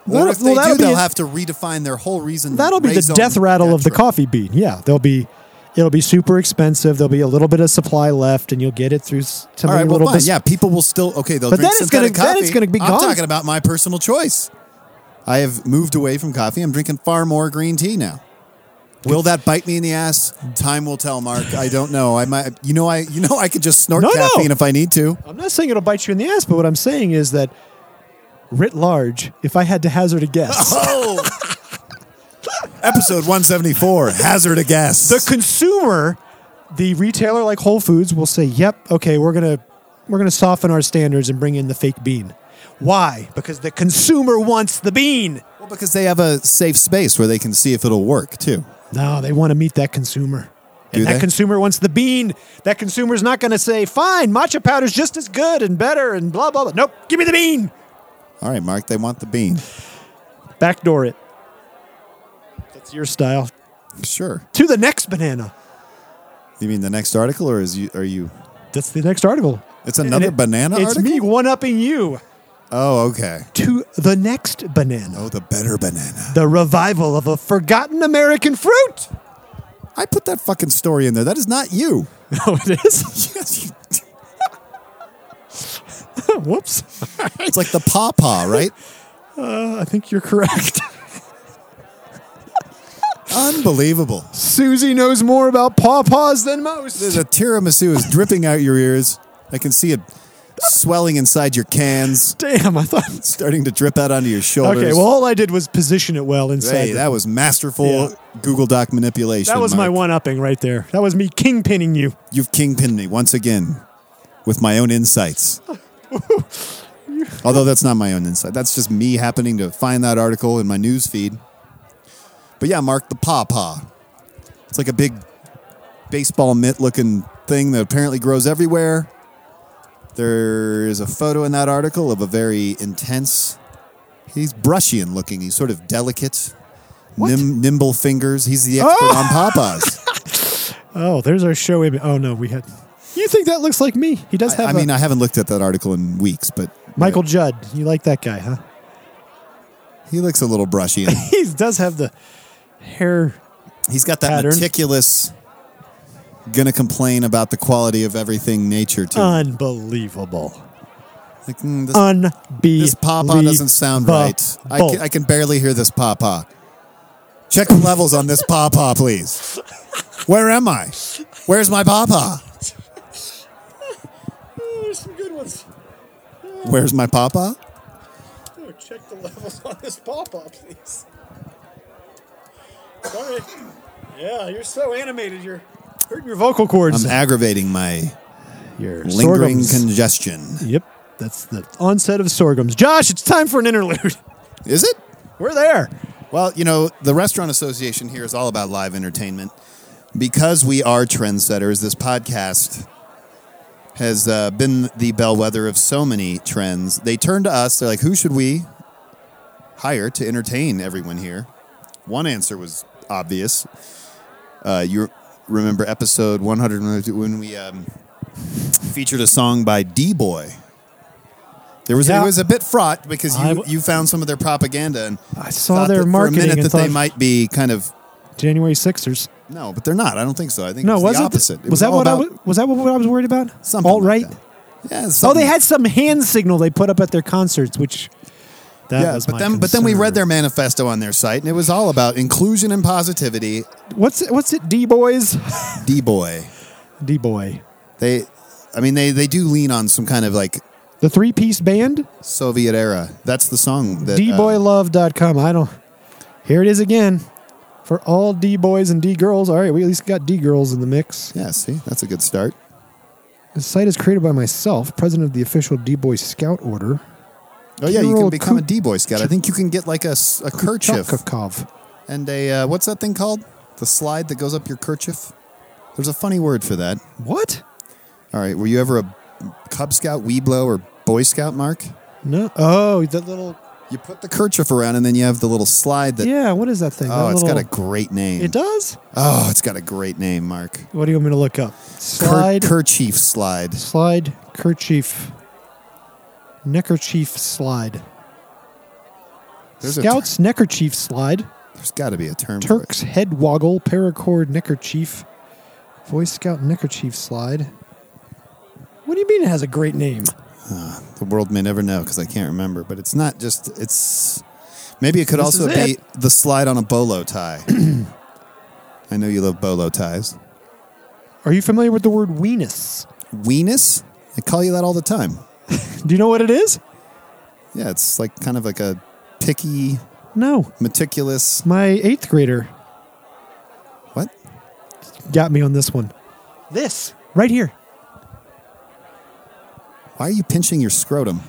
[SPEAKER 1] That'll-
[SPEAKER 2] Or if
[SPEAKER 1] well,
[SPEAKER 2] they
[SPEAKER 1] that'll
[SPEAKER 2] do,
[SPEAKER 1] be
[SPEAKER 2] they'll
[SPEAKER 1] a-
[SPEAKER 2] have to redefine their whole reason.
[SPEAKER 1] That'll be the
[SPEAKER 2] raison
[SPEAKER 1] death rattle of the
[SPEAKER 2] d'etre.
[SPEAKER 1] coffee bean. Yeah, there'll be, it'll be super expensive. There'll be a little bit of supply left, and you'll get it through s- some
[SPEAKER 2] All right, well,
[SPEAKER 1] little
[SPEAKER 2] fine.
[SPEAKER 1] bit.
[SPEAKER 2] yeah, people will still okay. They'll
[SPEAKER 1] But
[SPEAKER 2] drink
[SPEAKER 1] then it's
[SPEAKER 2] synthetic
[SPEAKER 1] gonna- then
[SPEAKER 2] coffee.
[SPEAKER 1] it's gonna be
[SPEAKER 2] I'm
[SPEAKER 1] gone.
[SPEAKER 2] talking about my personal choice. I have moved away from coffee. I'm drinking far more green tea now. Will that bite me in the ass? Time will tell, Mark. I don't know. I might. You know, I you know I could just snort
[SPEAKER 1] No, no.
[SPEAKER 2] caffeine if I need to.
[SPEAKER 1] I'm not saying it'll bite you in the ass, but what I'm saying is that, writ large, if I had to hazard a guess,
[SPEAKER 2] Oh. Episode 174. Hazard a guess.
[SPEAKER 1] the consumer, the retailer like Whole Foods will say, "Yep, okay, we're gonna we're gonna soften our standards and bring in the fake bean." Why? Because the consumer wants the bean.
[SPEAKER 2] well, because they have a safe space where they can see if it'll work too.
[SPEAKER 1] No, they want to meet that consumer. And
[SPEAKER 2] Do
[SPEAKER 1] that
[SPEAKER 2] they?
[SPEAKER 1] consumer wants the bean. That consumer's not going to say, fine, matcha powder's just as good and better and blah, blah, blah. Nope, give me the bean.
[SPEAKER 2] All right, Mark. They want the bean.
[SPEAKER 1] Backdoor it. That's your style.
[SPEAKER 2] Sure.
[SPEAKER 1] To the next banana.
[SPEAKER 2] You mean the next article, or is you are you?
[SPEAKER 1] That's the next article.
[SPEAKER 2] It's another
[SPEAKER 1] And it-
[SPEAKER 2] banana
[SPEAKER 1] It's
[SPEAKER 2] article.
[SPEAKER 1] me one upping you.
[SPEAKER 2] Oh, okay.
[SPEAKER 1] To the next banana.
[SPEAKER 2] Oh, the better banana.
[SPEAKER 1] The revival of a forgotten American fruit.
[SPEAKER 2] I put that fucking story in there. That is not you.
[SPEAKER 1] Oh, it is?
[SPEAKER 2] Yes, you do.
[SPEAKER 1] Whoops.
[SPEAKER 2] It's like the pawpaw, right?
[SPEAKER 1] Uh, I think you're correct.
[SPEAKER 2] Unbelievable.
[SPEAKER 1] Susie knows more about pawpaws than most.
[SPEAKER 2] The tiramisu is dripping out your ears. I can see it swelling inside your cans,
[SPEAKER 1] Damn, I thought.
[SPEAKER 2] starting to drip out onto your shoulders.
[SPEAKER 1] Okay, well, all I did was position it well inside.
[SPEAKER 2] hey,
[SPEAKER 1] the-
[SPEAKER 2] that was masterful
[SPEAKER 1] Yeah.
[SPEAKER 2] Google Doc manipulation.
[SPEAKER 1] that was my
[SPEAKER 2] Mark.
[SPEAKER 1] one upping right there. That was me kingpinning you.
[SPEAKER 2] You've kingpinned me once again with my own insights. Although that's not my own insight. That's just me happening to find that article in my news feed. But yeah, Mark the pawpaw. It's like a big baseball mitt looking thing that apparently grows everywhere. There is a photo in that article of a very intense. He's Brushian looking. He's sort of delicate, nim- nimble fingers. He's the expert on pawpaws.
[SPEAKER 1] Oh, there's our show image. Oh no, we had. You think that looks like me? He does have.
[SPEAKER 2] I
[SPEAKER 1] a-
[SPEAKER 2] mean, I haven't looked at that article in weeks, but
[SPEAKER 1] Michael Judd. You like that guy, huh?
[SPEAKER 2] He looks a little brushy.
[SPEAKER 1] He does have the hair.
[SPEAKER 2] He's got that
[SPEAKER 1] Pattern.
[SPEAKER 2] meticulous. Gonna complain about the quality of everything nature too.
[SPEAKER 1] Uh, Unbelievable.
[SPEAKER 2] like, mm,
[SPEAKER 1] uh,
[SPEAKER 2] this,
[SPEAKER 1] Unbelievable.
[SPEAKER 2] this pawpaw doesn't sound right. I can, I can barely hear this pawpaw. Check the levels on this pawpaw, please. Where am I? Where's my pawpaw?
[SPEAKER 1] there's some good ones.
[SPEAKER 2] Where's my pawpaw?
[SPEAKER 1] Oh, check the levels on this pawpaw, please. Sorry. Yeah, you're so animated. You're hurting your vocal cords.
[SPEAKER 2] I'm aggravating my
[SPEAKER 1] your
[SPEAKER 2] lingering
[SPEAKER 1] sorghums.
[SPEAKER 2] congestion.
[SPEAKER 1] yep, that's the onset of sorghums. Josh, it's time for an interlude.
[SPEAKER 2] Is it?
[SPEAKER 1] We're there.
[SPEAKER 2] Well, you know, the Restaurant Association here is all about live entertainment. Because we are trendsetters, this podcast has uh, been the bellwether of so many trends. They turn to us, they're like, who should we hire to entertain everyone here? One answer was obvious. Uh, you remember episode 100 when we um, featured a song by D Boy. There was
[SPEAKER 1] Yeah.
[SPEAKER 2] it was a bit fraught because
[SPEAKER 1] I
[SPEAKER 2] you,
[SPEAKER 1] w-
[SPEAKER 2] you found some of their propaganda and
[SPEAKER 1] I saw
[SPEAKER 2] thought
[SPEAKER 1] their
[SPEAKER 2] that
[SPEAKER 1] marketing
[SPEAKER 2] for a minute
[SPEAKER 1] and
[SPEAKER 2] that
[SPEAKER 1] thought
[SPEAKER 2] they might be kind of
[SPEAKER 1] January Sixers.
[SPEAKER 2] no, but they're not. I don't think so. I think
[SPEAKER 1] No,
[SPEAKER 2] it's
[SPEAKER 1] was
[SPEAKER 2] the
[SPEAKER 1] it?
[SPEAKER 2] opposite. It
[SPEAKER 1] was, that
[SPEAKER 2] all
[SPEAKER 1] what I
[SPEAKER 2] about
[SPEAKER 1] was, was that what I was worried about?
[SPEAKER 2] something
[SPEAKER 1] Alt right.
[SPEAKER 2] Like that. Yeah.
[SPEAKER 1] oh, they
[SPEAKER 2] something.
[SPEAKER 1] had some hand signal they put up at their concerts, which that
[SPEAKER 2] Yeah,
[SPEAKER 1] was
[SPEAKER 2] but
[SPEAKER 1] my
[SPEAKER 2] then but then we
[SPEAKER 1] concern.
[SPEAKER 2] read their manifesto on their site, and it was all about inclusion and positivity.
[SPEAKER 1] what's it, what's it D boys
[SPEAKER 2] D boy,
[SPEAKER 1] D boy
[SPEAKER 2] they, I mean they they do lean on some kind of like
[SPEAKER 1] the three piece band
[SPEAKER 2] Soviet era. That's the song that
[SPEAKER 1] D
[SPEAKER 2] uh,
[SPEAKER 1] dboylove.com. I don't here it is again for all D boys and D girls. All right, we at least got D girls in the mix.
[SPEAKER 2] yeah, see, that's a good start.
[SPEAKER 1] The site is created by myself, president of the official D boy Scout Order.
[SPEAKER 2] Oh yeah, you can
[SPEAKER 1] General
[SPEAKER 2] become a
[SPEAKER 1] Kup-
[SPEAKER 2] D boy scout. I think you can get like a, s- a kerchief
[SPEAKER 1] Chukakov.
[SPEAKER 2] and a uh, what's that thing called? The slide that goes up your kerchief. There's a funny word for that.
[SPEAKER 1] What?
[SPEAKER 2] All right, were you ever a Cub Scout, Weeblo, or Boy Scout, Mark?
[SPEAKER 1] No. Oh, that little
[SPEAKER 2] You put the kerchief around, and then you have the little slide that.
[SPEAKER 1] Yeah, what is that thing?
[SPEAKER 2] Oh,
[SPEAKER 1] That
[SPEAKER 2] it's got a
[SPEAKER 1] little-
[SPEAKER 2] great name.
[SPEAKER 1] It does?
[SPEAKER 2] Oh, it's got a great name, Mark.
[SPEAKER 1] What do you want me to look up?
[SPEAKER 2] Ker-
[SPEAKER 1] Slide
[SPEAKER 2] kerchief slide.
[SPEAKER 1] slide kerchief. Neckerchief slide.
[SPEAKER 2] There's a
[SPEAKER 1] Scouts neckerchief slide.
[SPEAKER 2] There's got to be a term. for it.
[SPEAKER 1] Turk's head woggle, paracord neckerchief, Boy Scout neckerchief slide. What do you mean it has a great name?
[SPEAKER 2] The world may never know because I can't remember. But it's not just. It's maybe it could
[SPEAKER 1] This
[SPEAKER 2] also
[SPEAKER 1] is
[SPEAKER 2] be
[SPEAKER 1] it.
[SPEAKER 2] the slide on a bolo tie. I know you love bolo ties.
[SPEAKER 1] Are you familiar with the word weenus?
[SPEAKER 2] Weenus. I call you that all the time.
[SPEAKER 1] Do you know what it is?
[SPEAKER 2] Yeah, it's like kind of like a picky,
[SPEAKER 1] No.
[SPEAKER 2] meticulous.
[SPEAKER 1] My eighth grader
[SPEAKER 2] What?
[SPEAKER 1] got me on this one. This right here.
[SPEAKER 2] Why are you pinching your scrotum?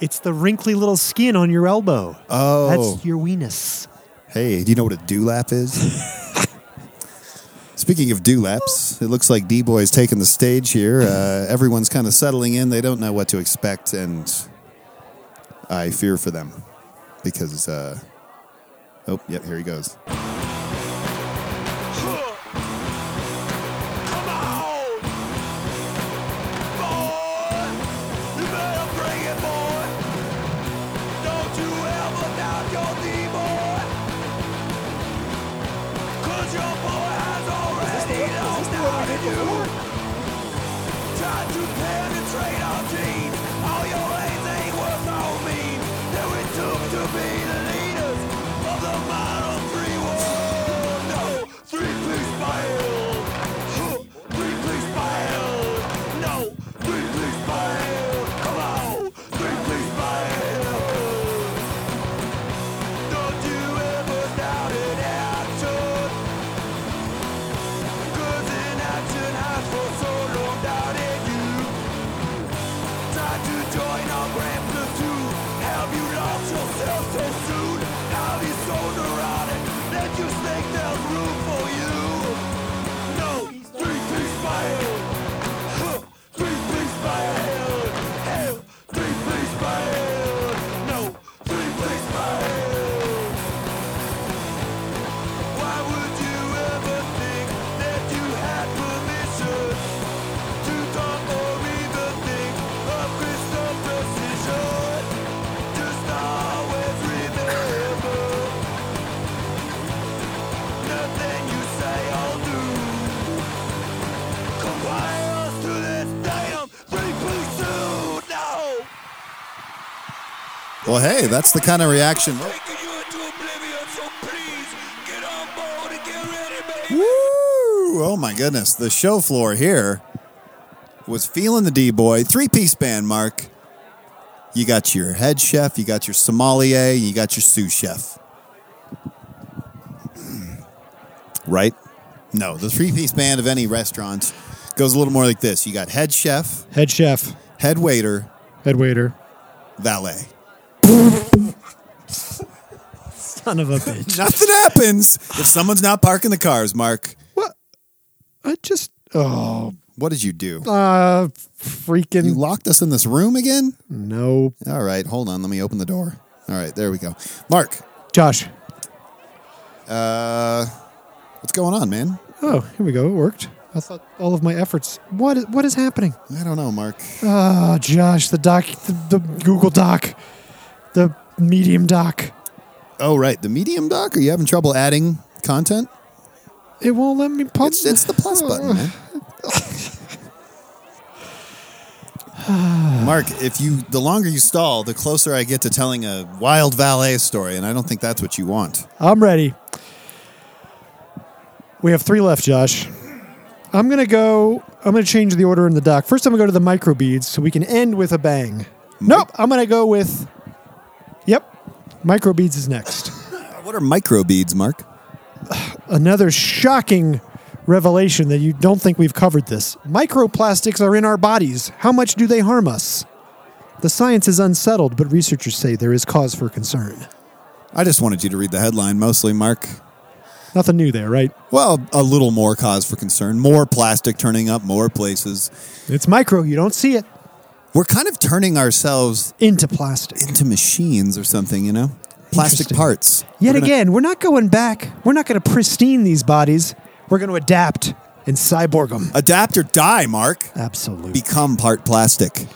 [SPEAKER 1] It's the wrinkly little skin on your elbow.
[SPEAKER 2] Oh,
[SPEAKER 1] That's your weenus.
[SPEAKER 2] hey, do you know what a dewlap is? Speaking of dewlaps, it looks like D Boy's taking the stage here. Uh, everyone's kind of settling in. They don't know what to expect, and I fear for them because. Uh, oh, yep, here he goes.
[SPEAKER 3] Come on, boy. You better bring it, boy. Don't you ever doubt your D-boy. 'Cause your boy has already lost out in you. Try to penetrate our genes. All your aims ain't worth no means. That we took to be the leaders of the modern free world. No, three-piece band. Huh, Three-piece band. No, three-piece band. Come on, three-piece band. Don't you ever doubt an action. 'Cause an action has for so long doubted you. Try to join our grand platoon. Have you lost yourself so soon? Now you're so neurotic that you think there's room for you. No, three-piece fire. Huh, Three-piece fire. Hell, three-piece fire. No, three-piece fire. Why would you ever think that you had permission to talk or even think of crystal precision? Just always remember nothing you say or do compares to this damn three-piece suit. No.
[SPEAKER 2] Well, hey, that's the kind of reaction.
[SPEAKER 3] Taking you into oblivion, so please get on board and get ready, baby.
[SPEAKER 2] Woo! Oh my goodness, the show floor here was feeling the D boy three piece band. Mark, you got your head chef, you got your sommelier, you got your sous chef. Hmm. Right? No, the three piece band of any restaurant goes a little more like this: you got head chef,
[SPEAKER 1] Head chef,
[SPEAKER 2] head waiter,
[SPEAKER 1] head waiter.
[SPEAKER 2] valet.
[SPEAKER 1] Son of a bitch.
[SPEAKER 2] Nothing happens if someone's not parking the cars, Mark.
[SPEAKER 1] what? I just oh
[SPEAKER 2] What did you do?
[SPEAKER 1] uh
[SPEAKER 2] You
[SPEAKER 1] freaking
[SPEAKER 2] locked us in this room again?
[SPEAKER 1] no,
[SPEAKER 2] All right, hold on. Let me open the door. All right, there we go. Mark,
[SPEAKER 1] Josh.
[SPEAKER 2] what's going on, man?
[SPEAKER 1] Oh, here we go. It worked. I thought all of my efforts. What is, what is happening?
[SPEAKER 2] I don't know, Mark.
[SPEAKER 1] Oh, Josh, the doc, the, the Google Doc, the Medium Doc.
[SPEAKER 2] Oh, right. The medium doc? Are you having trouble adding content?
[SPEAKER 1] It won't let me pump.
[SPEAKER 2] It's, it's the plus button, man. Mark, if you the longer you stall, the closer I get to telling a wild valet story, and I don't think that's what you want.
[SPEAKER 1] I'm ready. We have three left, Josh. I'm gonna go. I'm gonna change the order in the doc. First, I'm gonna go to the microbeads so we can end with a bang. Nope. I'm gonna go with. Yep. Microbeads is next.
[SPEAKER 2] What are microbeads, Mark?
[SPEAKER 1] Another shocking revelation that you don't think we've covered this. Microplastics are in our bodies. How much do they harm us? The science is unsettled, but researchers say there is cause for concern.
[SPEAKER 2] I just wanted you to read the headline mostly, Mark.
[SPEAKER 1] Nothing new there, right?
[SPEAKER 2] Well, a little more cause for concern. More plastic turning up more places.
[SPEAKER 1] It's micro, you don't see it.
[SPEAKER 2] We're kind of turning ourselves
[SPEAKER 1] Into plastic.
[SPEAKER 2] into machines or something, you know? Plastic
[SPEAKER 1] Interesting.
[SPEAKER 2] parts.
[SPEAKER 1] Yet
[SPEAKER 2] We're gonna-
[SPEAKER 1] again, we're not going back. We're not going to pristine these bodies. We're going to adapt and cyborg them.
[SPEAKER 2] Adapt or die, Mark.
[SPEAKER 1] Absolutely.
[SPEAKER 2] Become part plastic.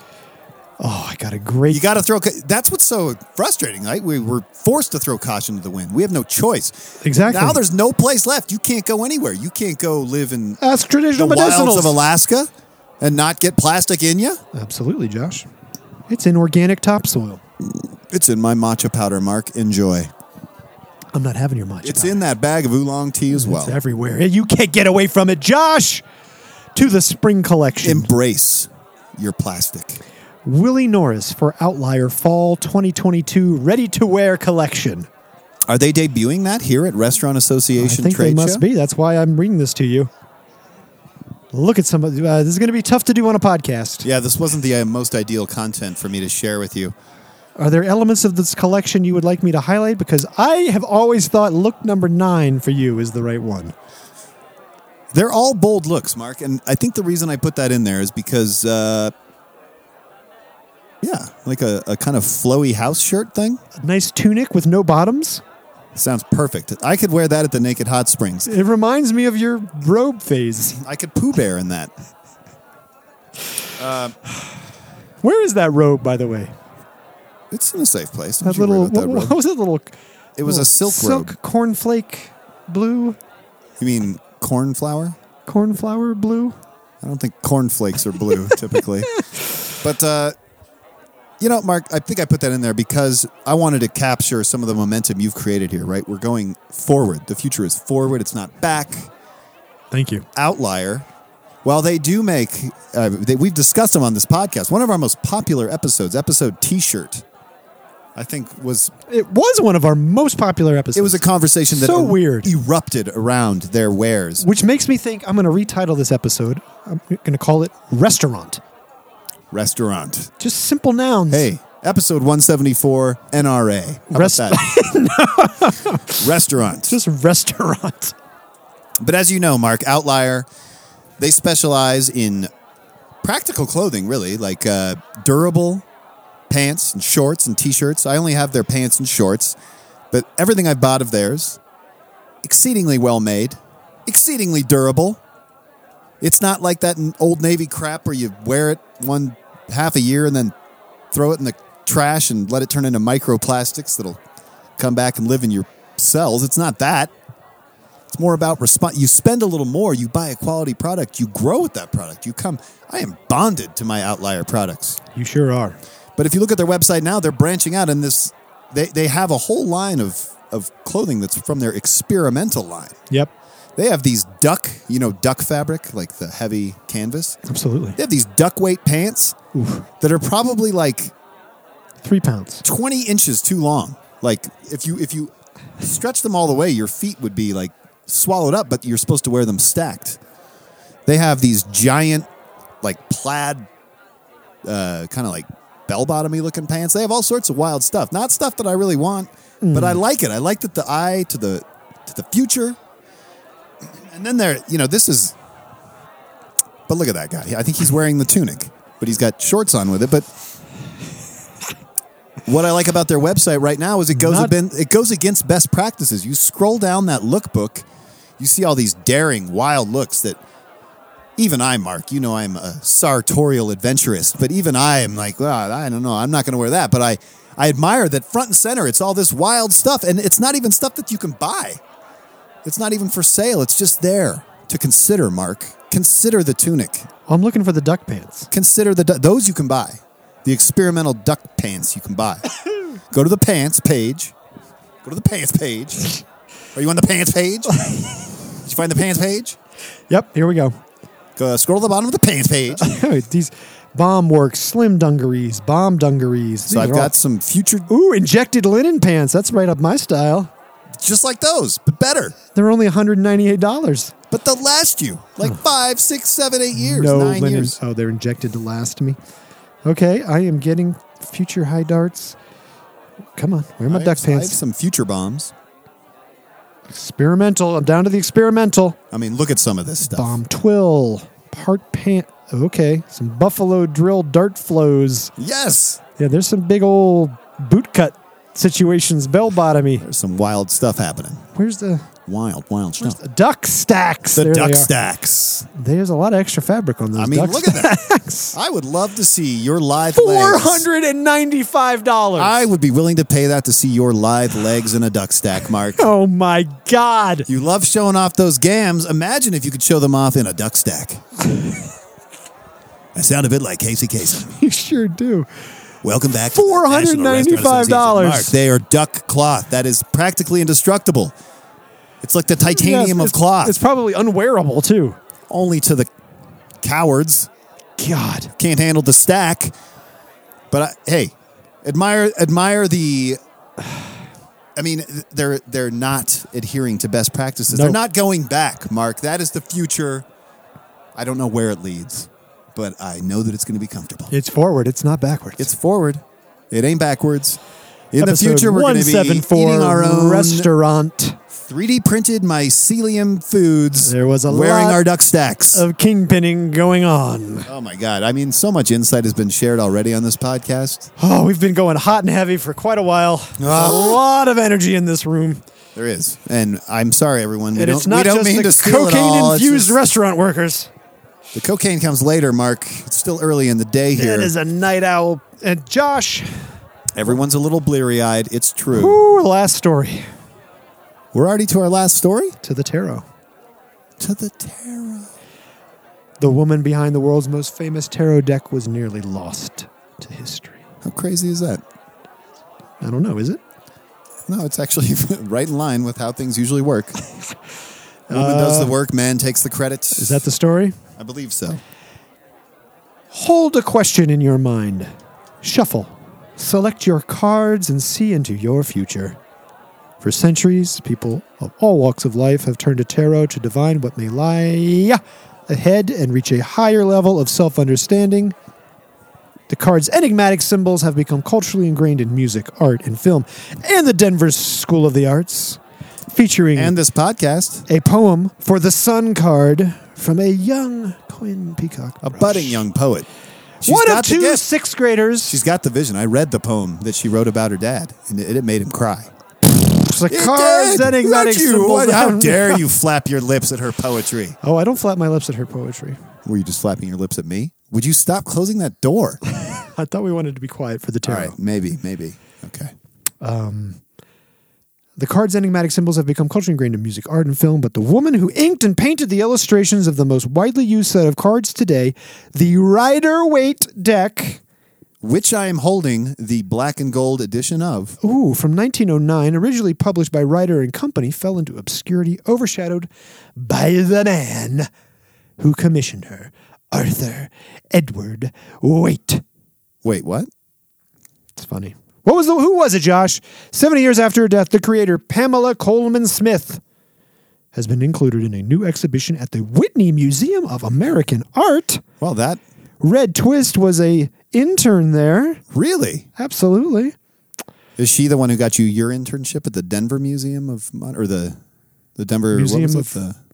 [SPEAKER 1] oh, I got a great.
[SPEAKER 2] You got to throw. ca- That's what's so frustrating, right? We were forced to throw caution to the wind. We have no choice.
[SPEAKER 1] Exactly.
[SPEAKER 2] Now there's no place left. You can't go anywhere. You can't go live in
[SPEAKER 1] ask
[SPEAKER 2] the
[SPEAKER 1] traditional
[SPEAKER 2] wilds
[SPEAKER 1] Uh, medicinals.
[SPEAKER 2] of Alaska and not get plastic in you.
[SPEAKER 1] Absolutely, Josh. It's in organic topsoil.
[SPEAKER 2] It's in my matcha powder, Mark. Enjoy.
[SPEAKER 1] I'm not having your matcha.
[SPEAKER 2] It's
[SPEAKER 1] powder.
[SPEAKER 2] in that bag of oolong tea as
[SPEAKER 1] It's
[SPEAKER 2] well.
[SPEAKER 1] everywhere. You can't get away from it, Josh. To the spring collection.
[SPEAKER 2] Embrace your plastic.
[SPEAKER 1] Willie Norris for Outlier Fall 2022 Ready to Wear Collection.
[SPEAKER 2] Are they debuting that here at Restaurant
[SPEAKER 1] I
[SPEAKER 2] Association
[SPEAKER 1] think
[SPEAKER 2] Trade
[SPEAKER 1] they must
[SPEAKER 2] Show?
[SPEAKER 1] be. That's why I'm reading this to you. Look at some. of- Uh, this is going to be tough to do on a podcast.
[SPEAKER 2] Yeah, this wasn't the uh, most ideal content for me to share with you.
[SPEAKER 1] Are there elements of this collection you would like me to highlight? Because I have always thought look number nine for you is the right one.
[SPEAKER 2] They're all bold looks, Mark, and I think the reason I put that in there is because, uh, yeah, like a, a kind of flowy house shirt thing
[SPEAKER 1] A nice tunic with no bottoms.
[SPEAKER 2] sounds perfect. I could wear that at the Naked Hot Springs.
[SPEAKER 1] It reminds me of your robe phase.
[SPEAKER 2] I could poo bear in that.
[SPEAKER 1] Where is that robe, by the way?
[SPEAKER 2] It's in a safe place. Don't
[SPEAKER 1] That
[SPEAKER 2] you worry
[SPEAKER 1] little.
[SPEAKER 2] about
[SPEAKER 1] What, what
[SPEAKER 2] that robe.
[SPEAKER 1] was that little?
[SPEAKER 2] It was a silk, robe.
[SPEAKER 1] Silk cornflake blue,
[SPEAKER 2] You mean cornflower?
[SPEAKER 1] cornflower blue.
[SPEAKER 2] I don't think cornflakes are blue typically. But uh, you know, Mark, I think I put that in there because I wanted to capture some of the momentum you've created here, right? We're going forward. The future is forward, it's not back.
[SPEAKER 1] Thank you.
[SPEAKER 2] Outlier. While they do make, uh, they, we've discussed them on this podcast. One of our most popular episodes, episode T-shirt, I think was
[SPEAKER 1] It was one of our most popular episodes.
[SPEAKER 2] it was a conversation that
[SPEAKER 1] So
[SPEAKER 2] er-
[SPEAKER 1] weird.
[SPEAKER 2] erupted around their wares.
[SPEAKER 1] which makes me think I'm going to retitle this episode. I'm going to call it Restaurant.
[SPEAKER 2] Restaurant.
[SPEAKER 1] Just simple nouns.
[SPEAKER 2] Hey, episode 174, NRA. How
[SPEAKER 1] Rest-
[SPEAKER 2] about that? Restaurant.
[SPEAKER 1] Just restaurant.
[SPEAKER 2] But as you know, Mark, Outlier, they specialize in practical clothing, really, like uh, durable pants and shorts and t shirts. I only have their pants and shorts, but everything I've bought of theirs, exceedingly well made, exceedingly durable. It's not like that n- old Navy crap where you wear it one half a year and then throw it in the trash and let it turn into microplastics that'll come back and live in your cells. It's not that. It's more about response. You spend a little more, you buy a quality product, you grow with that product. You come. I am bonded to my outlier products.
[SPEAKER 1] You sure are.
[SPEAKER 2] But if you look at their website now, they're branching out in this. They, they have a whole line of, of clothing that's from their experimental line.
[SPEAKER 1] Yep.
[SPEAKER 2] They have these duck, you know, duck fabric, like the heavy canvas.
[SPEAKER 1] Absolutely.
[SPEAKER 2] They have these duck weight pants that are probably like
[SPEAKER 1] Three pounds.
[SPEAKER 2] 20 inches too long. Like if you if you stretch them all the way, your feet would be like swallowed up, but you're supposed to wear them stacked. They have these giant like plaid uh kind of like bell bottomy looking pants. They have all sorts of wild stuff. Not stuff that I really want, but I like it. I like that the eye to the to the future. And then there, you know, this is. But look at that guy. I think he's wearing the tunic, but he's got shorts on with it. But what I like about their website right now is it goes
[SPEAKER 1] Not-
[SPEAKER 2] aben- it goes against best practices. You scroll down that lookbook, you see all these daring, wild looks that even I, Mark, you know I'm a sartorial adventurist, but even I am like, well, I don't know, I'm not going to wear that. But I, I admire that front and center. It's all this wild stuff, and it's not even stuff that you can buy. It's not even for sale. It's just there to consider. Mark, consider the tunic.
[SPEAKER 1] Oh, I'm looking for the duck pants.
[SPEAKER 2] Consider the du- those you can buy, the experimental duck pants you can buy. Go to the pants page. Go to the pants page. Are you on the pants page? Did you find the pants page?
[SPEAKER 1] Yep, here we go.
[SPEAKER 2] Go, scroll to the bottom of the pants page.
[SPEAKER 1] These bomb works, slim dungarees, bomb dungarees.
[SPEAKER 2] So
[SPEAKER 1] These
[SPEAKER 2] I've
[SPEAKER 1] are all-
[SPEAKER 2] got some future
[SPEAKER 1] ooh injected linen pants. That's right up my style.
[SPEAKER 2] just like those, but better.
[SPEAKER 1] They're only 198 dollars.
[SPEAKER 2] But they'll last you like five, six, seven, eight years,
[SPEAKER 1] No
[SPEAKER 2] nine
[SPEAKER 1] linen.
[SPEAKER 2] years.
[SPEAKER 1] Oh, they're injected to last me. Okay, I am getting future high darts. Come on, where are my
[SPEAKER 2] I
[SPEAKER 1] duck
[SPEAKER 2] have- I have
[SPEAKER 1] pants?
[SPEAKER 2] some future bombs.
[SPEAKER 1] Experimental. I'm down to the experimental.
[SPEAKER 2] I mean, look at some of this stuff.
[SPEAKER 1] Bomb twill, part pant. Okay, some buffalo drill dart flows.
[SPEAKER 2] Yes,
[SPEAKER 1] Yeah, there's some big old boot cut situations. Bell bottomy.
[SPEAKER 2] there's some wild stuff happening.
[SPEAKER 1] Where's the
[SPEAKER 2] Wild, wild
[SPEAKER 1] where's
[SPEAKER 2] stuff.
[SPEAKER 1] the duck stacks?
[SPEAKER 2] The
[SPEAKER 1] There they
[SPEAKER 2] duck
[SPEAKER 1] are.
[SPEAKER 2] stacks.
[SPEAKER 1] There's a lot of extra fabric on those.
[SPEAKER 2] I mean,
[SPEAKER 1] duck
[SPEAKER 2] look at that.
[SPEAKER 1] stacks.
[SPEAKER 2] I would love to see your live
[SPEAKER 1] Four
[SPEAKER 2] legs.
[SPEAKER 1] hundred and ninety-five dollars.
[SPEAKER 2] I would be willing to pay that to see your live legs in a duck stack, Mark.
[SPEAKER 1] Oh my God!
[SPEAKER 2] You love showing off those gams. Imagine if you could show them off in a duck stack. I sound a bit like Casey Kasem.
[SPEAKER 1] You sure do.
[SPEAKER 2] Welcome back. to the
[SPEAKER 1] $495
[SPEAKER 2] National Restaurant Association. Mark, They are duck cloth. That is practically indestructible. It's like the
[SPEAKER 1] Yes,
[SPEAKER 2] titanium
[SPEAKER 1] it's-
[SPEAKER 2] of cloth.
[SPEAKER 1] It's probably unwearable too.
[SPEAKER 2] only to the cowards
[SPEAKER 1] God,
[SPEAKER 2] can't handle the stack. But I, hey, admire admire the. I mean, they're they're not adhering to best practices. They're
[SPEAKER 1] Nope.
[SPEAKER 2] not going back, Mark. That is the future. I don't know where it leads, but I know that it's going to be comfortable.
[SPEAKER 1] it's forward. It's not backwards.
[SPEAKER 2] It's forward. It ain't backwards. In
[SPEAKER 1] Episode
[SPEAKER 2] the future, we're going to be
[SPEAKER 1] 174
[SPEAKER 2] eating our own
[SPEAKER 1] restaurant
[SPEAKER 2] 3D printed mycelium foods.
[SPEAKER 1] There was a
[SPEAKER 2] wearing
[SPEAKER 1] lot
[SPEAKER 2] our duck stacks.
[SPEAKER 1] of kingpinning going on.
[SPEAKER 2] oh my god! I mean, so much insight has been shared already on this podcast.
[SPEAKER 1] Oh, we've been going hot and heavy for quite a while. A
[SPEAKER 2] Ah.
[SPEAKER 1] lot of energy in this room,
[SPEAKER 2] There is, and I'm sorry, everyone. We
[SPEAKER 1] and
[SPEAKER 2] don't,
[SPEAKER 1] it's not
[SPEAKER 2] we don't
[SPEAKER 1] just
[SPEAKER 2] mean to
[SPEAKER 1] the
[SPEAKER 2] steal it all. It's
[SPEAKER 1] cocaine-infused
[SPEAKER 2] just-
[SPEAKER 1] restaurant workers.
[SPEAKER 2] the cocaine comes later, Mark. It's still early in the day here.
[SPEAKER 1] That is a night owl. And Josh,
[SPEAKER 2] Everyone's a little bleary-eyed. It's true.
[SPEAKER 1] ooh, last story
[SPEAKER 2] We're already to our last story.
[SPEAKER 1] to the tarot.
[SPEAKER 2] To the tarot.
[SPEAKER 1] The woman behind the world's most famous tarot deck was nearly lost to history.
[SPEAKER 2] How crazy is that?
[SPEAKER 1] I don't know, is it?
[SPEAKER 2] No, it's actually right in line with how things usually work. Woman does the work, man takes the credit.
[SPEAKER 1] Uh, Is that the story?
[SPEAKER 2] I believe so.
[SPEAKER 1] Hold a question in your mind. Shuffle. Select your cards and see into your future. For centuries, people of all walks of life have turned to tarot to divine what may lie ahead and reach a higher level of self understanding. The card's enigmatic symbols have become culturally ingrained in music, art, and film, and the Denver School of the Arts, featuring
[SPEAKER 2] And this podcast,
[SPEAKER 1] a poem for the sun card from a young Quinn Peacock.
[SPEAKER 2] a budding young poet. She's
[SPEAKER 1] One of
[SPEAKER 2] got the
[SPEAKER 1] two
[SPEAKER 2] gift.
[SPEAKER 1] sixth graders.
[SPEAKER 2] She's got the vision. I read the poem that she wrote about her dad, and it, it made him cry.
[SPEAKER 1] the
[SPEAKER 2] It
[SPEAKER 1] cards
[SPEAKER 2] did!
[SPEAKER 1] and enigmatic
[SPEAKER 2] Not you.
[SPEAKER 1] symbols.
[SPEAKER 2] What- How dare you flap your lips at her poetry?
[SPEAKER 1] Oh, I don't flap my lips at her poetry.
[SPEAKER 2] Were you just flapping your lips at me? Would you stop closing that door?
[SPEAKER 1] I thought we wanted to be quiet for the
[SPEAKER 2] All
[SPEAKER 1] tarot.
[SPEAKER 2] right, maybe, maybe. Okay.
[SPEAKER 1] The card's enigmatic symbols have become culturally ingrained in music, art, and film, but the woman who inked and painted the illustrations of the most widely used set of cards today, the Rider Waite deck,
[SPEAKER 2] Which I am holding the black and gold edition of.
[SPEAKER 1] ooh, from 1909, originally published by Rider and Company, fell into obscurity, overshadowed by the man who commissioned her, Arthur Edward Waite.
[SPEAKER 2] Wait, what?
[SPEAKER 1] It's funny. What was the who was it, Josh? Seventy years after her death, the creator Pamela Coleman Smith has been included in a new exhibition at the Whitney Museum of American Art.
[SPEAKER 2] Well, that
[SPEAKER 1] Red Twist was a intern there.
[SPEAKER 2] Really?
[SPEAKER 1] Absolutely.
[SPEAKER 2] Is she the one who got you your internship at the Denver Museum of Mon- or the the Denver
[SPEAKER 1] Museum
[SPEAKER 2] what was
[SPEAKER 1] of-
[SPEAKER 2] it? the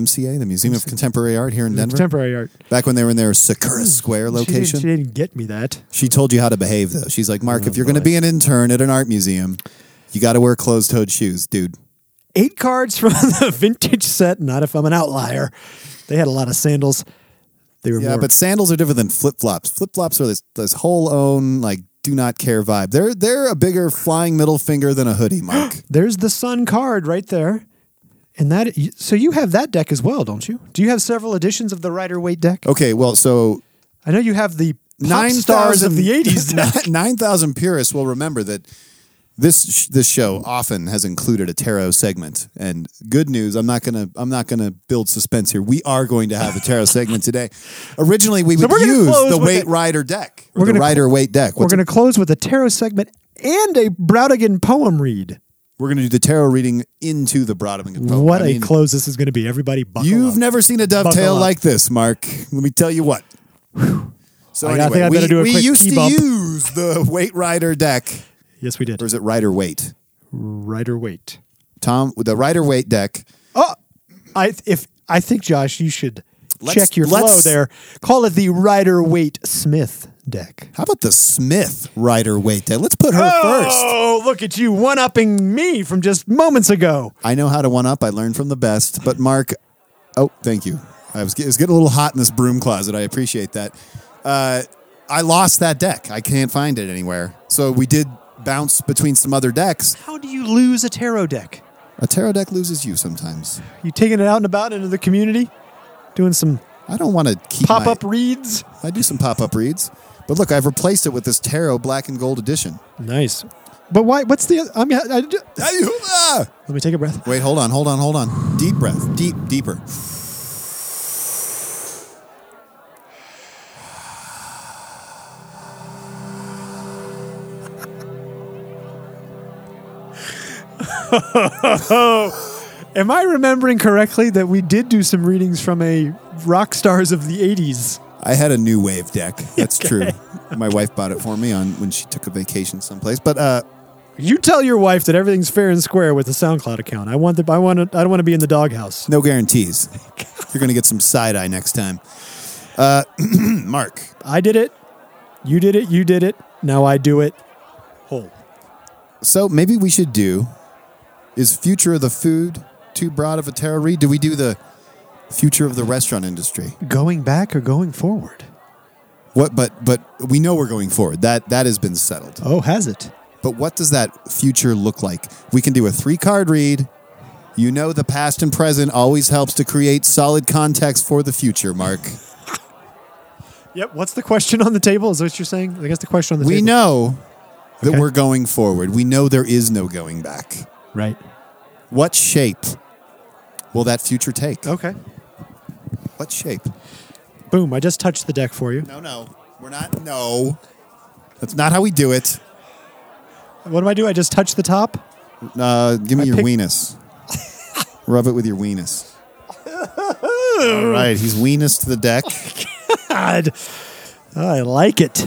[SPEAKER 2] MCA, the Museum of Contemporary Art here in Denver?
[SPEAKER 1] Temporary art.
[SPEAKER 2] Back when they were in their Sakura Square
[SPEAKER 1] She didn't,
[SPEAKER 2] location.
[SPEAKER 1] she didn't get me that.
[SPEAKER 2] She told you how to behave, though. She's like, Mark, if you're going to be an intern at an art museum, you got to wear closed toed shoes, dude.
[SPEAKER 1] Eight cards from the vintage set. Not if I'm an outlier. They had a lot of sandals. They were
[SPEAKER 2] Yeah,
[SPEAKER 1] more
[SPEAKER 2] but sandals are different than flip flops. Flip flops are this, this whole own, like, do not care vibe. They're, they're a bigger flying middle finger than a hoodie, Mark.
[SPEAKER 1] There's the sun card right there. And that so you have that deck as well, don't you? Do you have several editions of the Rider Waite deck?
[SPEAKER 2] okay, well, so
[SPEAKER 1] I know you have the pop
[SPEAKER 2] nine
[SPEAKER 1] stars of the 80s deck.
[SPEAKER 2] Nine thousand purists will remember that this sh- this show often has included a tarot segment. And good news, I'm not gonna I'm not gonna build suspense here. We are going to have a tarot segment today. Originally, we would
[SPEAKER 1] we're gonna
[SPEAKER 2] use
[SPEAKER 1] close
[SPEAKER 2] the
[SPEAKER 1] with
[SPEAKER 2] weight
[SPEAKER 1] a-
[SPEAKER 2] rider deck. Or
[SPEAKER 1] We're
[SPEAKER 2] the
[SPEAKER 1] gonna-
[SPEAKER 2] rider weight deck.
[SPEAKER 1] We're
[SPEAKER 2] What's
[SPEAKER 1] going to close with a tarot segment and a Browdigan poem read.
[SPEAKER 2] it- we're gonna do the tarot reading into the Broadman. poem.
[SPEAKER 1] what
[SPEAKER 2] I
[SPEAKER 1] a
[SPEAKER 2] mean,
[SPEAKER 1] close this is going to be. Everybody buckle
[SPEAKER 2] You've
[SPEAKER 1] up.
[SPEAKER 2] never seen a
[SPEAKER 1] Buckle
[SPEAKER 2] dovetail
[SPEAKER 1] up.
[SPEAKER 2] like this, Mark. Let me tell you what. So
[SPEAKER 1] I
[SPEAKER 2] anyway,
[SPEAKER 1] think I
[SPEAKER 2] we,
[SPEAKER 1] better do a
[SPEAKER 2] we
[SPEAKER 1] quick
[SPEAKER 2] used
[SPEAKER 1] key
[SPEAKER 2] to
[SPEAKER 1] bump.
[SPEAKER 2] use the weight rider deck,
[SPEAKER 1] yes, we did.
[SPEAKER 2] or is it rider weight?
[SPEAKER 1] Rider Waite.
[SPEAKER 2] Tom, with the rider weight deck.
[SPEAKER 1] I if I think Josh, you should
[SPEAKER 2] Let's-
[SPEAKER 1] check your
[SPEAKER 2] let's-
[SPEAKER 1] flow there. Call it the Rider Waite Smith deck.
[SPEAKER 2] How about the Smith rider weight deck? Let's put her first.
[SPEAKER 1] Oh, look at you one upping me from just moments ago.
[SPEAKER 2] I know how to one up. I learned from the best. But Mark, oh, thank you. I was, it was getting a little hot in this broom closet. I appreciate that. Uh, I lost that deck. I can't find it anywhere. So we did bounce between some other decks.
[SPEAKER 1] How do you lose a tarot deck?
[SPEAKER 2] A tarot deck loses you sometimes.
[SPEAKER 1] You taking it out and about into the community, doing some
[SPEAKER 2] I don't want to keep
[SPEAKER 1] pop
[SPEAKER 2] my-
[SPEAKER 1] up reads.
[SPEAKER 2] I do some pop up reads, but look, I've replaced it with this tarot black and gold edition.
[SPEAKER 1] Nice, but why? What's the? I'm. I, I-
[SPEAKER 2] Ah!
[SPEAKER 1] let me take a breath.
[SPEAKER 2] Wait, hold on, hold on, hold on. Deep breath, deep, deeper.
[SPEAKER 1] Am I remembering correctly that we did do some readings from a rock stars of the '80s?
[SPEAKER 2] I had a new wave deck. That's true. My wife bought it for me on when she took a vacation someplace. But uh,
[SPEAKER 1] You tell your wife that everything's fair and square with the SoundCloud account. I want the. I want. To, I don't want to be in the doghouse.
[SPEAKER 2] no guarantees. You're going to get some side eye next time. Uh, Mark,
[SPEAKER 1] I did it. You did it. You did it. Now I do it. Whole.
[SPEAKER 2] so maybe we should do is future of the food too broad of a tarot read? Do we do the future of the restaurant industry?
[SPEAKER 1] Going back or going forward?
[SPEAKER 2] What? But but we know we're going forward. That that has been settled.
[SPEAKER 1] Oh, has it?
[SPEAKER 2] But what does that future look like? We can do a three card read. You know, the past and present always helps to create solid context for the future, Mark.
[SPEAKER 1] Yep. What's the question on the table? Is that what you're saying? I guess the question on the
[SPEAKER 2] We
[SPEAKER 1] table.
[SPEAKER 2] know that
[SPEAKER 1] Okay.
[SPEAKER 2] we're going forward. We know there is no going back.
[SPEAKER 1] Right.
[SPEAKER 2] What shape will that future take?
[SPEAKER 1] Okay.
[SPEAKER 2] What shape?
[SPEAKER 1] Boom. I just touched the deck for you.
[SPEAKER 2] No, no. We're not. No. That's not how we do it.
[SPEAKER 1] What do I do? I just touch the top?
[SPEAKER 2] Uh, give me your
[SPEAKER 1] pick-
[SPEAKER 2] weenus. Rub it with your weenus. All right, he's weenus to the deck.
[SPEAKER 1] God. I like it.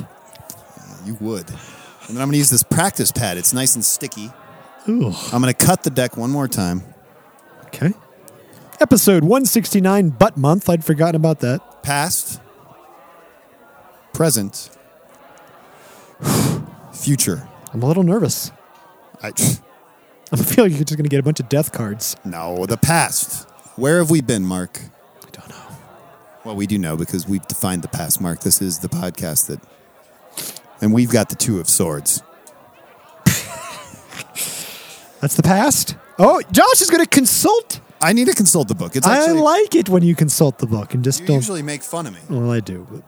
[SPEAKER 2] You would. And then I'm going to use this practice pad. It's nice and sticky.
[SPEAKER 1] Ooh.
[SPEAKER 2] I'm going to cut the deck one more time.
[SPEAKER 1] Okay. Episode 169, butt month. I'd forgotten about that.
[SPEAKER 2] Past, present, future.
[SPEAKER 1] I'm a little nervous.
[SPEAKER 2] I,
[SPEAKER 1] I feel like you're just going to get a bunch of death cards.
[SPEAKER 2] no, the past. Where have we been, Mark?
[SPEAKER 1] I don't know.
[SPEAKER 2] Well, we do know because we've defined the past, Mark. This is the podcast that. And we've got the Two of Swords.
[SPEAKER 1] That's the past. Oh, Josh is going to consult.
[SPEAKER 2] I need to consult the book. It's
[SPEAKER 1] I
[SPEAKER 2] actually.
[SPEAKER 1] like it when you consult the book and just
[SPEAKER 2] you
[SPEAKER 1] don't.
[SPEAKER 2] usually make fun of me.
[SPEAKER 1] well, I do. But
[SPEAKER 2] You know,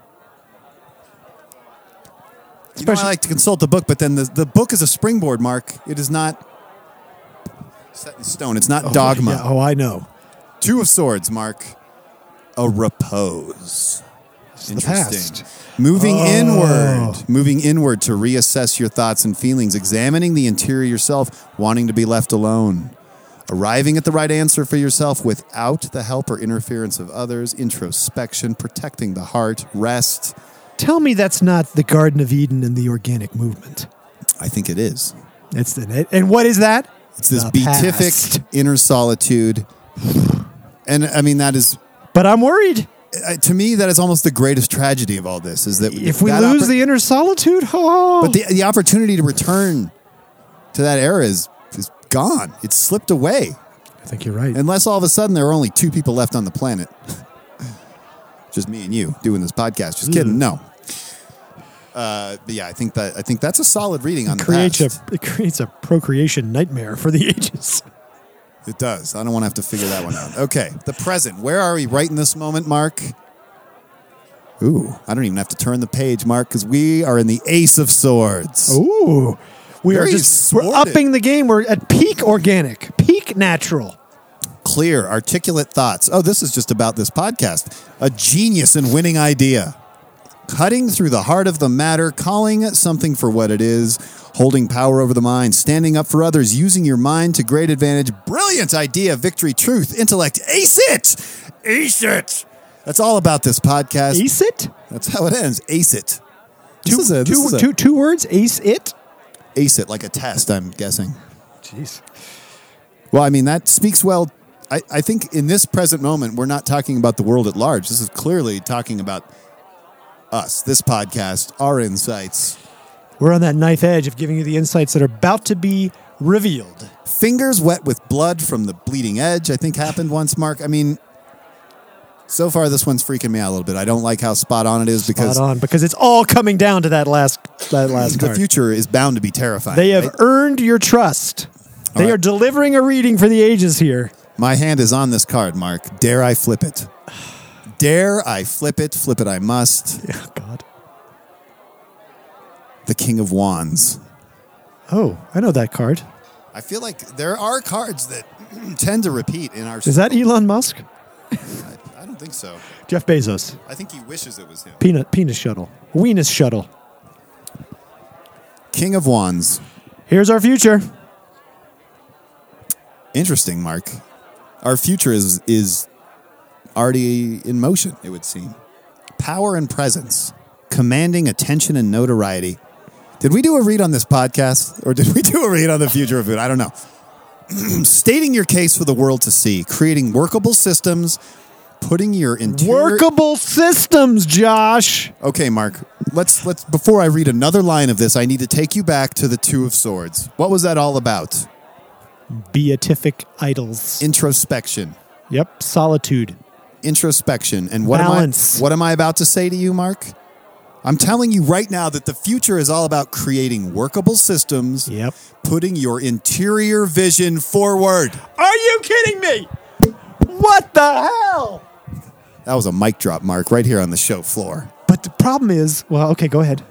[SPEAKER 2] I
[SPEAKER 1] Especially-
[SPEAKER 2] like to consult the book, but then the, the book is a springboard, Mark. It is not set in stone. It's not dogma.
[SPEAKER 1] Yeah, oh, I know.
[SPEAKER 2] Two of Swords, Mark. A repose.
[SPEAKER 1] past.
[SPEAKER 2] Moving
[SPEAKER 1] Oh.
[SPEAKER 2] inward. Moving inward to reassess your thoughts and feelings, examining the interior self, wanting to be left alone. Arriving at the right answer for yourself without the help or interference of others, introspection, protecting the heart, rest,
[SPEAKER 1] Tell me that's not the Garden of Eden and the organic movement.
[SPEAKER 2] I think it is.
[SPEAKER 1] It's the, and what is that?
[SPEAKER 2] It's this
[SPEAKER 1] The
[SPEAKER 2] beatific
[SPEAKER 1] past.
[SPEAKER 2] inner solitude. And I mean, that is,
[SPEAKER 1] But I'm worried.
[SPEAKER 2] uh, to me, that is almost the greatest tragedy of all this is that
[SPEAKER 1] If we
[SPEAKER 2] that
[SPEAKER 1] lose
[SPEAKER 2] oppor-
[SPEAKER 1] the inner solitude, oh,
[SPEAKER 2] But the, the opportunity to return to that era is, is gone. It's slipped away.
[SPEAKER 1] I think you're right.
[SPEAKER 2] Unless all of a sudden there are only two people left on the planet. just me and you doing this podcast. Just kidding.
[SPEAKER 1] Hmm.
[SPEAKER 2] No. Uh, but yeah, I think that I think that's a solid reading on
[SPEAKER 1] It
[SPEAKER 2] the
[SPEAKER 1] creates
[SPEAKER 2] past.
[SPEAKER 1] a it creates a procreation nightmare for the ages.
[SPEAKER 2] It does. I don't want to have to figure that one out. Okay, the present. Where are we right in this moment, Mark? Ooh, I don't even have to turn the page, Mark, because we are in the Ace of Swords.
[SPEAKER 1] Ooh, we are
[SPEAKER 2] Very
[SPEAKER 1] just we're
[SPEAKER 2] sordid.
[SPEAKER 1] upping the game. We're at peak organic, peak natural.
[SPEAKER 2] Clear, articulate thoughts. Oh, this is just about this podcast. A genius and winning idea. Cutting through the heart of the matter, calling it something for what it is, holding power over the mind, standing up for others, using your mind to great advantage. Brilliant idea, victory, truth, intellect. Ace it! Ace it! That's all about this podcast.
[SPEAKER 1] Ace it.
[SPEAKER 2] That's how it ends. Ace it. This
[SPEAKER 1] Two
[SPEAKER 2] is a, this
[SPEAKER 1] two-
[SPEAKER 2] is a-
[SPEAKER 1] two- two words. Ace it.
[SPEAKER 2] ace it, like a test, I'm guessing.
[SPEAKER 1] Jeez.
[SPEAKER 2] Well, I mean, that speaks well. I, I think in this present moment, we're not talking about the world at large. This is clearly talking about us, this podcast, our insights.
[SPEAKER 1] We're on that knife edge of giving you the insights that are about to be revealed.
[SPEAKER 2] Fingers wet with blood from the bleeding edge, I think happened once, Mark. I mean, so far, this one's freaking me out a little bit. I don't like how spot on it is because
[SPEAKER 1] Spot on, because it's all coming down to that last that last
[SPEAKER 2] the
[SPEAKER 1] card.
[SPEAKER 2] future is bound to be terrifying.
[SPEAKER 1] They have
[SPEAKER 2] right?
[SPEAKER 1] earned your trust. They
[SPEAKER 2] right.
[SPEAKER 1] are delivering a reading for the ages here.
[SPEAKER 2] My hand is on this card, Mark. Dare I flip it? Dare I flip it? Flip it, I must.
[SPEAKER 1] Oh, God.
[SPEAKER 2] The King of Wands.
[SPEAKER 1] Oh, I know that card.
[SPEAKER 2] I feel like there are cards that tend to repeat in our.
[SPEAKER 1] Is that Elon Musk?
[SPEAKER 2] I don't think so.
[SPEAKER 1] Jeff Bezos.
[SPEAKER 2] I think he wishes it was him.
[SPEAKER 1] Peanut penis shuttle. Weenus shuttle.
[SPEAKER 2] King of Wands.
[SPEAKER 1] Here's our future.
[SPEAKER 2] Interesting, Mark. Our future is is already in motion. It would seem. Power and presence, commanding attention and notoriety. Did we do a read on this podcast, or did we do a read on the future of food? I don't know. Stating your case for the world to see, creating workable systems, putting your interior
[SPEAKER 1] Workable systems, Josh.
[SPEAKER 2] Okay, Mark. Let's let's before I read another line of this, I need to take you back to the Two of Swords. What was that all about?
[SPEAKER 1] Beatific idols.
[SPEAKER 2] Introspection.
[SPEAKER 1] yep. Solitude.
[SPEAKER 2] Introspection. And what
[SPEAKER 1] Balance.
[SPEAKER 2] am I what am I about to say to you, Mark? I'm telling you right now that the future is all about creating workable systems,
[SPEAKER 1] Yep.
[SPEAKER 2] putting your interior vision forward.
[SPEAKER 1] Are you kidding me? What the hell?
[SPEAKER 2] That was a mic drop, Mark, right here on the show floor.
[SPEAKER 1] But the problem is, well, okay, go ahead.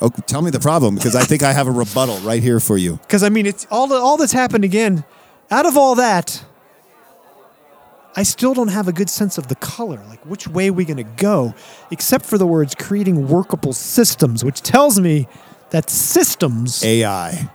[SPEAKER 2] Oh, tell me the problem because I think I have a rebuttal right here for you.
[SPEAKER 1] Because I mean, it's all all that's happened again. Out of all that, I still don't have a good sense of the color. Like, which way are we going to go? Except for the words "creating workable systems," which tells me that systems
[SPEAKER 2] Eh, AI.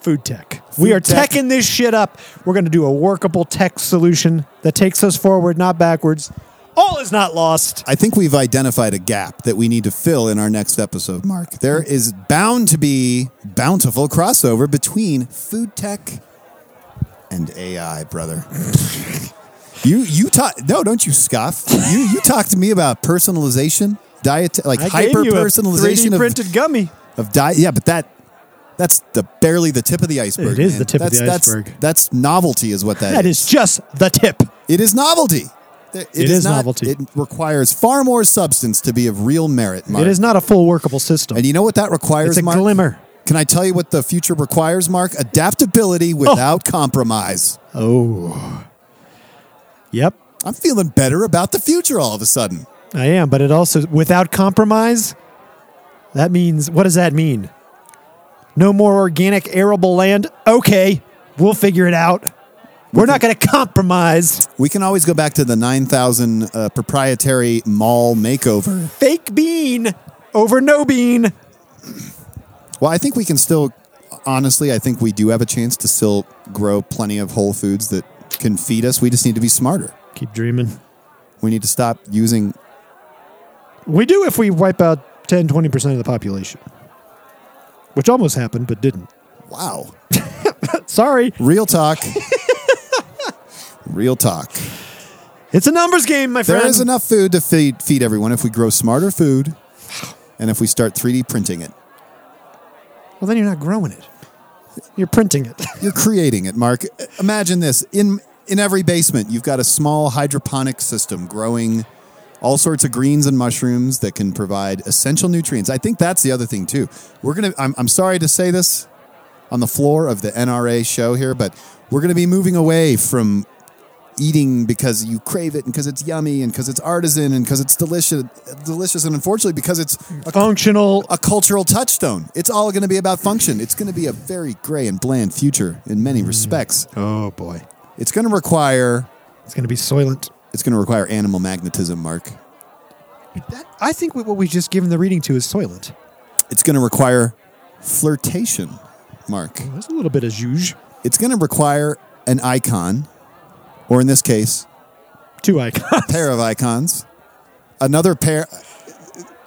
[SPEAKER 1] food tech. we are
[SPEAKER 2] tech.
[SPEAKER 1] teching this shit up. We're going to do a workable tech solution that takes us forward, not backwards. All is not lost.
[SPEAKER 2] I think we've identified a gap that we need to fill in our next episode, Mark. There is bound to be bountiful crossover between food tech and AI, brother. you you talk no, don't you scoff. You you talked to me about personalization, diet like
[SPEAKER 1] I
[SPEAKER 2] hyper
[SPEAKER 1] gave you a 3D
[SPEAKER 2] personalization of,
[SPEAKER 1] printed gummy.
[SPEAKER 2] of diet. Yeah, but that that's the barely the tip of the
[SPEAKER 1] It
[SPEAKER 2] iceberg.
[SPEAKER 1] is
[SPEAKER 2] man.
[SPEAKER 1] the tip of
[SPEAKER 2] That's-
[SPEAKER 1] the
[SPEAKER 2] that's-
[SPEAKER 1] iceberg.
[SPEAKER 2] That's, novelty, is what
[SPEAKER 1] That is just the tip.
[SPEAKER 2] it is novelty. It,
[SPEAKER 1] It is novelty.
[SPEAKER 2] It requires far more substance to be of real merit, Mark.
[SPEAKER 1] It is not a full workable system.
[SPEAKER 2] And you know what that requires,
[SPEAKER 1] It's a
[SPEAKER 2] Mark?
[SPEAKER 1] glimmer.
[SPEAKER 2] Can I tell you what the future requires, Mark? Adaptability without compromise.
[SPEAKER 1] Oh. Yep,
[SPEAKER 2] I'm feeling better about the future all of a sudden.
[SPEAKER 1] I am. But it also, without compromise, that means, what does that mean? No more organic arable land? Okay, we'll figure it out. We're not going to compromise.
[SPEAKER 2] We can always go back to the 9,000 uh, proprietary mall makeover.
[SPEAKER 1] Fake bean over no bean.
[SPEAKER 2] Well, I think we can still, honestly, I think we do have a chance to still grow plenty of whole foods that can feed us. We just need to be smarter.
[SPEAKER 1] Keep dreaming.
[SPEAKER 2] We need to stop using
[SPEAKER 1] We do if we wipe out 10, 20% of the population, which almost happened but didn't.
[SPEAKER 2] Wow.
[SPEAKER 1] Sorry.
[SPEAKER 2] Real talk. Real talk.
[SPEAKER 1] It's a numbers game, my friend.
[SPEAKER 2] There is enough food to feed feed everyone if we grow smarter food and if we start 3D printing it.
[SPEAKER 1] well, then you're not growing it. You're printing it.
[SPEAKER 2] You're creating it, Mark. Imagine this. In in every basement, you've got a small hydroponic system growing all sorts of greens and mushrooms that can provide essential nutrients. I think that's the other thing too. We're gonna I'm I'm sorry to say this on the floor of the NRA show here, but we're gonna be moving away from eating because you crave it and because it's yummy and because it's artisan and because it's delicious delicious and unfortunately because it's a
[SPEAKER 1] Functional.
[SPEAKER 2] a cultural touchstone. It's all going to be about function. It's going to be a very gray and bland future in many respects.
[SPEAKER 1] Oh, boy.
[SPEAKER 2] It's going to require
[SPEAKER 1] It's going to be soylent.
[SPEAKER 2] it's going to require animal magnetism, Mark.
[SPEAKER 1] That, I think what we've just given the reading to is soylent.
[SPEAKER 2] It's going to require flirtation, Mark.
[SPEAKER 1] That's a little bit as usual.
[SPEAKER 2] It's going to require an icon or in this case,
[SPEAKER 1] Two icons.
[SPEAKER 2] a pair of icons. Another pair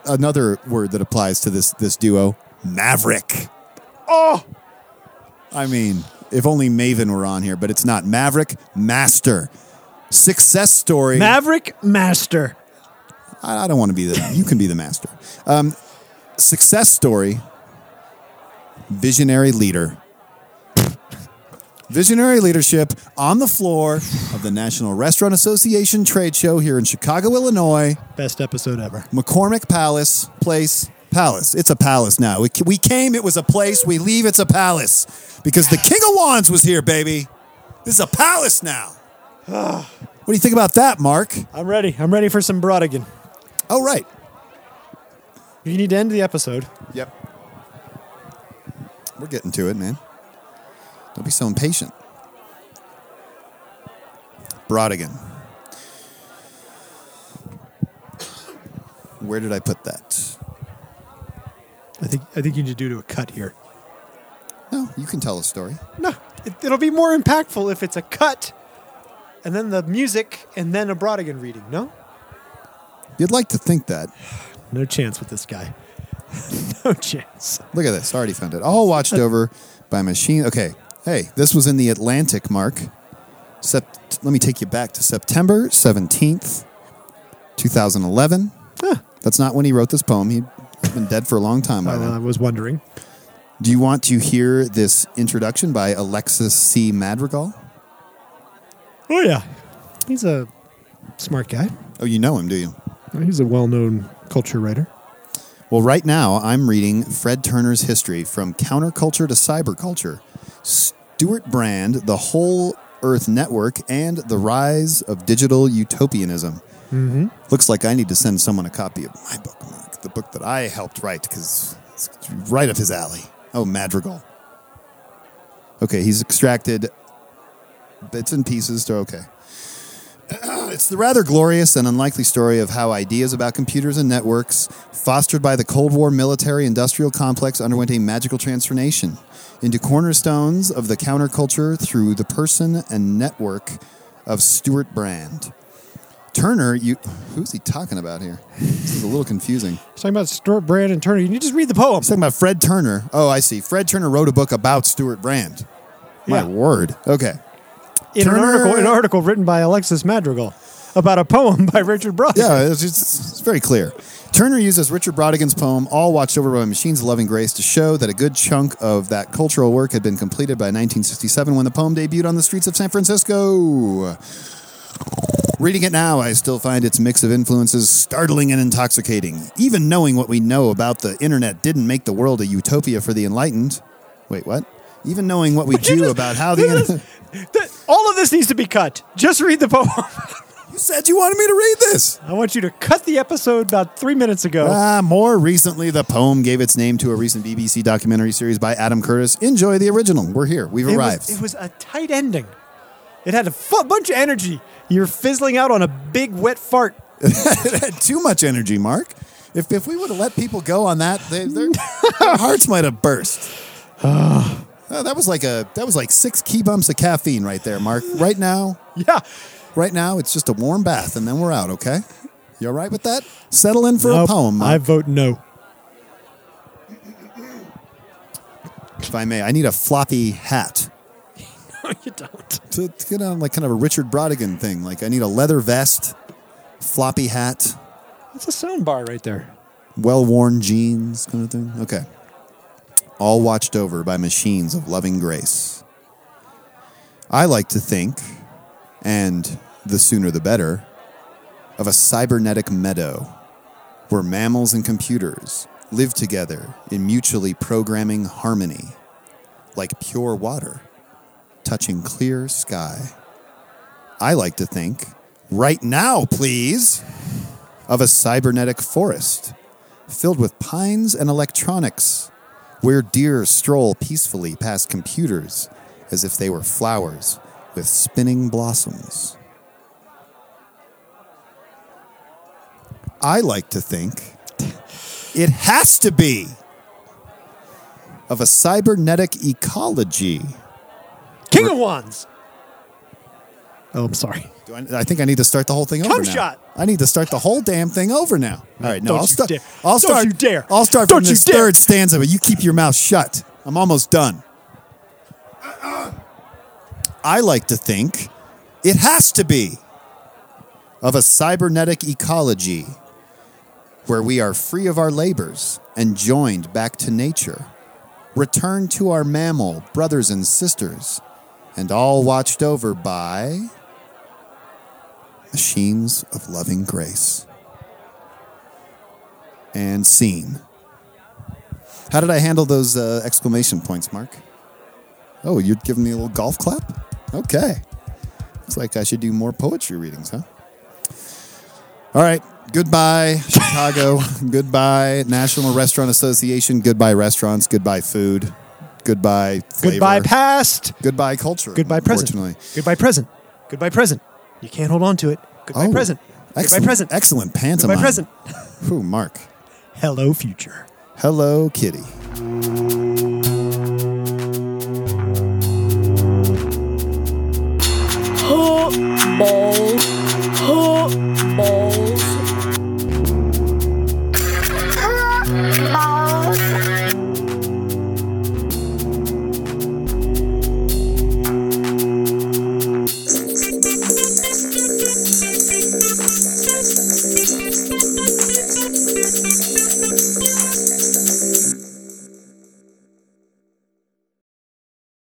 [SPEAKER 2] another word that applies to this this duo, maverick.
[SPEAKER 1] Oh,
[SPEAKER 2] I mean, if only Maven were on here, but it's not. Maverick Master. Success story.
[SPEAKER 1] Maverick Master.
[SPEAKER 2] I, I don't want to be the. You can be the master. Um, success story. Visionary leader. Visionary leadership on the floor of the National Restaurant Association trade show here in Chicago, Illinois.
[SPEAKER 1] Best episode ever.
[SPEAKER 2] McCormick Palace, place, palace. It's a palace now. We, we came, it was a place. We leave, it's a palace. Because the King of Wands was here, baby. This is a palace now. what do you think about that, Mark?
[SPEAKER 1] I'm ready. I'm ready for some Brodigan.
[SPEAKER 2] Oh, right.
[SPEAKER 1] You need to end the episode.
[SPEAKER 2] Yep. We're getting to it, man. Don't be so impatient. Brodigan. Where did I put that?
[SPEAKER 1] I think I think you need to do to a cut here.
[SPEAKER 2] No, you can tell a story.
[SPEAKER 1] No, it, it'll be more impactful if it's a cut, and then the music, and then a Brodigan reading. No,
[SPEAKER 2] You'd like to think that.
[SPEAKER 1] no chance with this guy. no chance.
[SPEAKER 2] Look at this. Already found it. All watched over by machine. Okay. Hey, this was in the Atlantic, Mark. Sept- let me take you back to September 17th, 2011. That's not when he wrote this poem. He'd been dead for a long time by
[SPEAKER 1] I
[SPEAKER 2] now.
[SPEAKER 1] was wondering.
[SPEAKER 2] Do you want to hear this introduction by Alexis C. Madrigal?
[SPEAKER 1] Oh yeah, he's a smart guy.
[SPEAKER 2] Oh, you know him, do you?
[SPEAKER 1] Oh, He's a well-known culture writer.
[SPEAKER 2] Well, right now I'm reading Fred Turner's history from counterculture to cyberculture, Stuart Brand, the Whole Earth Network, and the rise of digital utopianism. Mm-hmm. Looks like I need to send someone a copy of my book, Mark, the book that I helped write because it's right up his alley. Oh, Madrigal. Okay, he's extracted bits and pieces to okay. It's the rather glorious and unlikely story of how ideas about computers and networks, fostered by the Cold War military industrial complex, underwent a magical transformation into cornerstones of the counterculture through the person and network of Stuart Brand. Turner, you who's he talking about here? This is a little confusing.
[SPEAKER 1] He's talking about Stuart Brand and Turner. You need to just read the poem.
[SPEAKER 2] He's talking about Fred Turner. Oh, I see. Fred Turner wrote a book about Stuart Brand. My
[SPEAKER 1] Yeah.
[SPEAKER 2] word. Okay.
[SPEAKER 1] in an
[SPEAKER 2] Turner-
[SPEAKER 1] article, an article written by Alexis Madrigal about a poem by Richard Brodigan.
[SPEAKER 2] Yeah, it's, just, it's very clear. Turner uses Richard Brodigan's poem, All Watched Over by Machines, Loving Grace, to show that a good chunk of that cultural work had been completed by 1967 when the poem debuted on the streets of San Francisco. Reading it now, I still find its mix of influences startling and intoxicating. Even knowing what we know about the internet didn't make the world a utopia for the enlightened. Wait, what? Even knowing what we
[SPEAKER 1] you
[SPEAKER 2] do
[SPEAKER 1] just-
[SPEAKER 2] about how the
[SPEAKER 1] this
[SPEAKER 2] internet.
[SPEAKER 1] is- th- all of this needs to be cut. Just read the poem.
[SPEAKER 2] You said you wanted me to read this!
[SPEAKER 1] I want you to cut the episode about three minutes ago.
[SPEAKER 2] Ah, more recently, the poem gave its name to a recent BBC documentary series by Adam Curtis. Enjoy the original. We're here. We've
[SPEAKER 1] it,
[SPEAKER 2] arrived.
[SPEAKER 1] was, it was a tight ending. It had a fu- bunch of energy. You're fizzling out on a big wet fart.
[SPEAKER 2] Too much energy, Mark. If, if we would have let people go on that, they, their, their hearts might have burst. Oh, that was like a that was like six key bumps of caffeine right there, Mark. Right now,
[SPEAKER 1] Yeah.
[SPEAKER 2] right now, it's just a warm bath, and then we're out. Okay. You all right with that? Settle in for a
[SPEAKER 1] Nope,
[SPEAKER 2] poem,
[SPEAKER 1] I
[SPEAKER 2] Mike,
[SPEAKER 1] vote no.
[SPEAKER 2] if I may. I need a floppy hat.
[SPEAKER 1] No, you don't.
[SPEAKER 2] To, to get on like kind of a Richard Brodigan thing. Like I need a leather vest, floppy hat,
[SPEAKER 1] That's a sound bar right there.
[SPEAKER 2] well-worn jeans, kind of thing. Okay. All watched over by machines of loving grace. I like to think, and the sooner the better, of a cybernetic meadow where mammals and computers live together in mutually programming harmony, like pure water touching clear sky. I like to think, right now, please, of a cybernetic forest filled with pines and electronics, where deer stroll peacefully past computers as if they were flowers with spinning blossoms. I like to think it has to be of a cybernetic ecology.
[SPEAKER 1] King of Wands. Oh, I'm sorry.
[SPEAKER 2] Do I, I think I need to start the whole thing over
[SPEAKER 1] Cum
[SPEAKER 2] now.
[SPEAKER 1] shot.
[SPEAKER 2] I need to start the whole damn thing over now. All right, no,
[SPEAKER 1] Don't
[SPEAKER 2] I'll,
[SPEAKER 1] you
[SPEAKER 2] start.
[SPEAKER 1] dare.
[SPEAKER 2] I'll
[SPEAKER 1] Don't
[SPEAKER 2] start.
[SPEAKER 1] you dare.
[SPEAKER 2] I'll start
[SPEAKER 1] Don't
[SPEAKER 2] from
[SPEAKER 1] you
[SPEAKER 2] this
[SPEAKER 1] dare.
[SPEAKER 2] third stanza, but you keep your mouth shut. I'm almost done. I like to think it has to be of a cybernetic ecology where we are free of our labors and joined back to nature, returned to our mammal brothers and sisters, and all watched over by machines of loving grace. And scene. How did I handle those uh, exclamation points, Mark? Oh, you're giving me a little golf clap? Okay. Looks like I should do more poetry readings, huh? All right. Goodbye, Chicago. goodbye, National Restaurant Association. Goodbye, restaurants. Goodbye, food. Goodbye, flavor.
[SPEAKER 1] Goodbye, past.
[SPEAKER 2] Goodbye, culture.
[SPEAKER 1] Goodbye,
[SPEAKER 2] unfortunately.
[SPEAKER 1] present. Goodbye, present. Goodbye, present. You can't hold on to it. Goodbye,
[SPEAKER 2] Oh,
[SPEAKER 1] present. Goodbye,
[SPEAKER 2] excellent-
[SPEAKER 1] present.
[SPEAKER 2] Excellent
[SPEAKER 1] Goodbye,
[SPEAKER 2] pantomime.
[SPEAKER 1] present.
[SPEAKER 2] Whew, Mark.
[SPEAKER 1] Hello, future.
[SPEAKER 2] Hello, Kitty.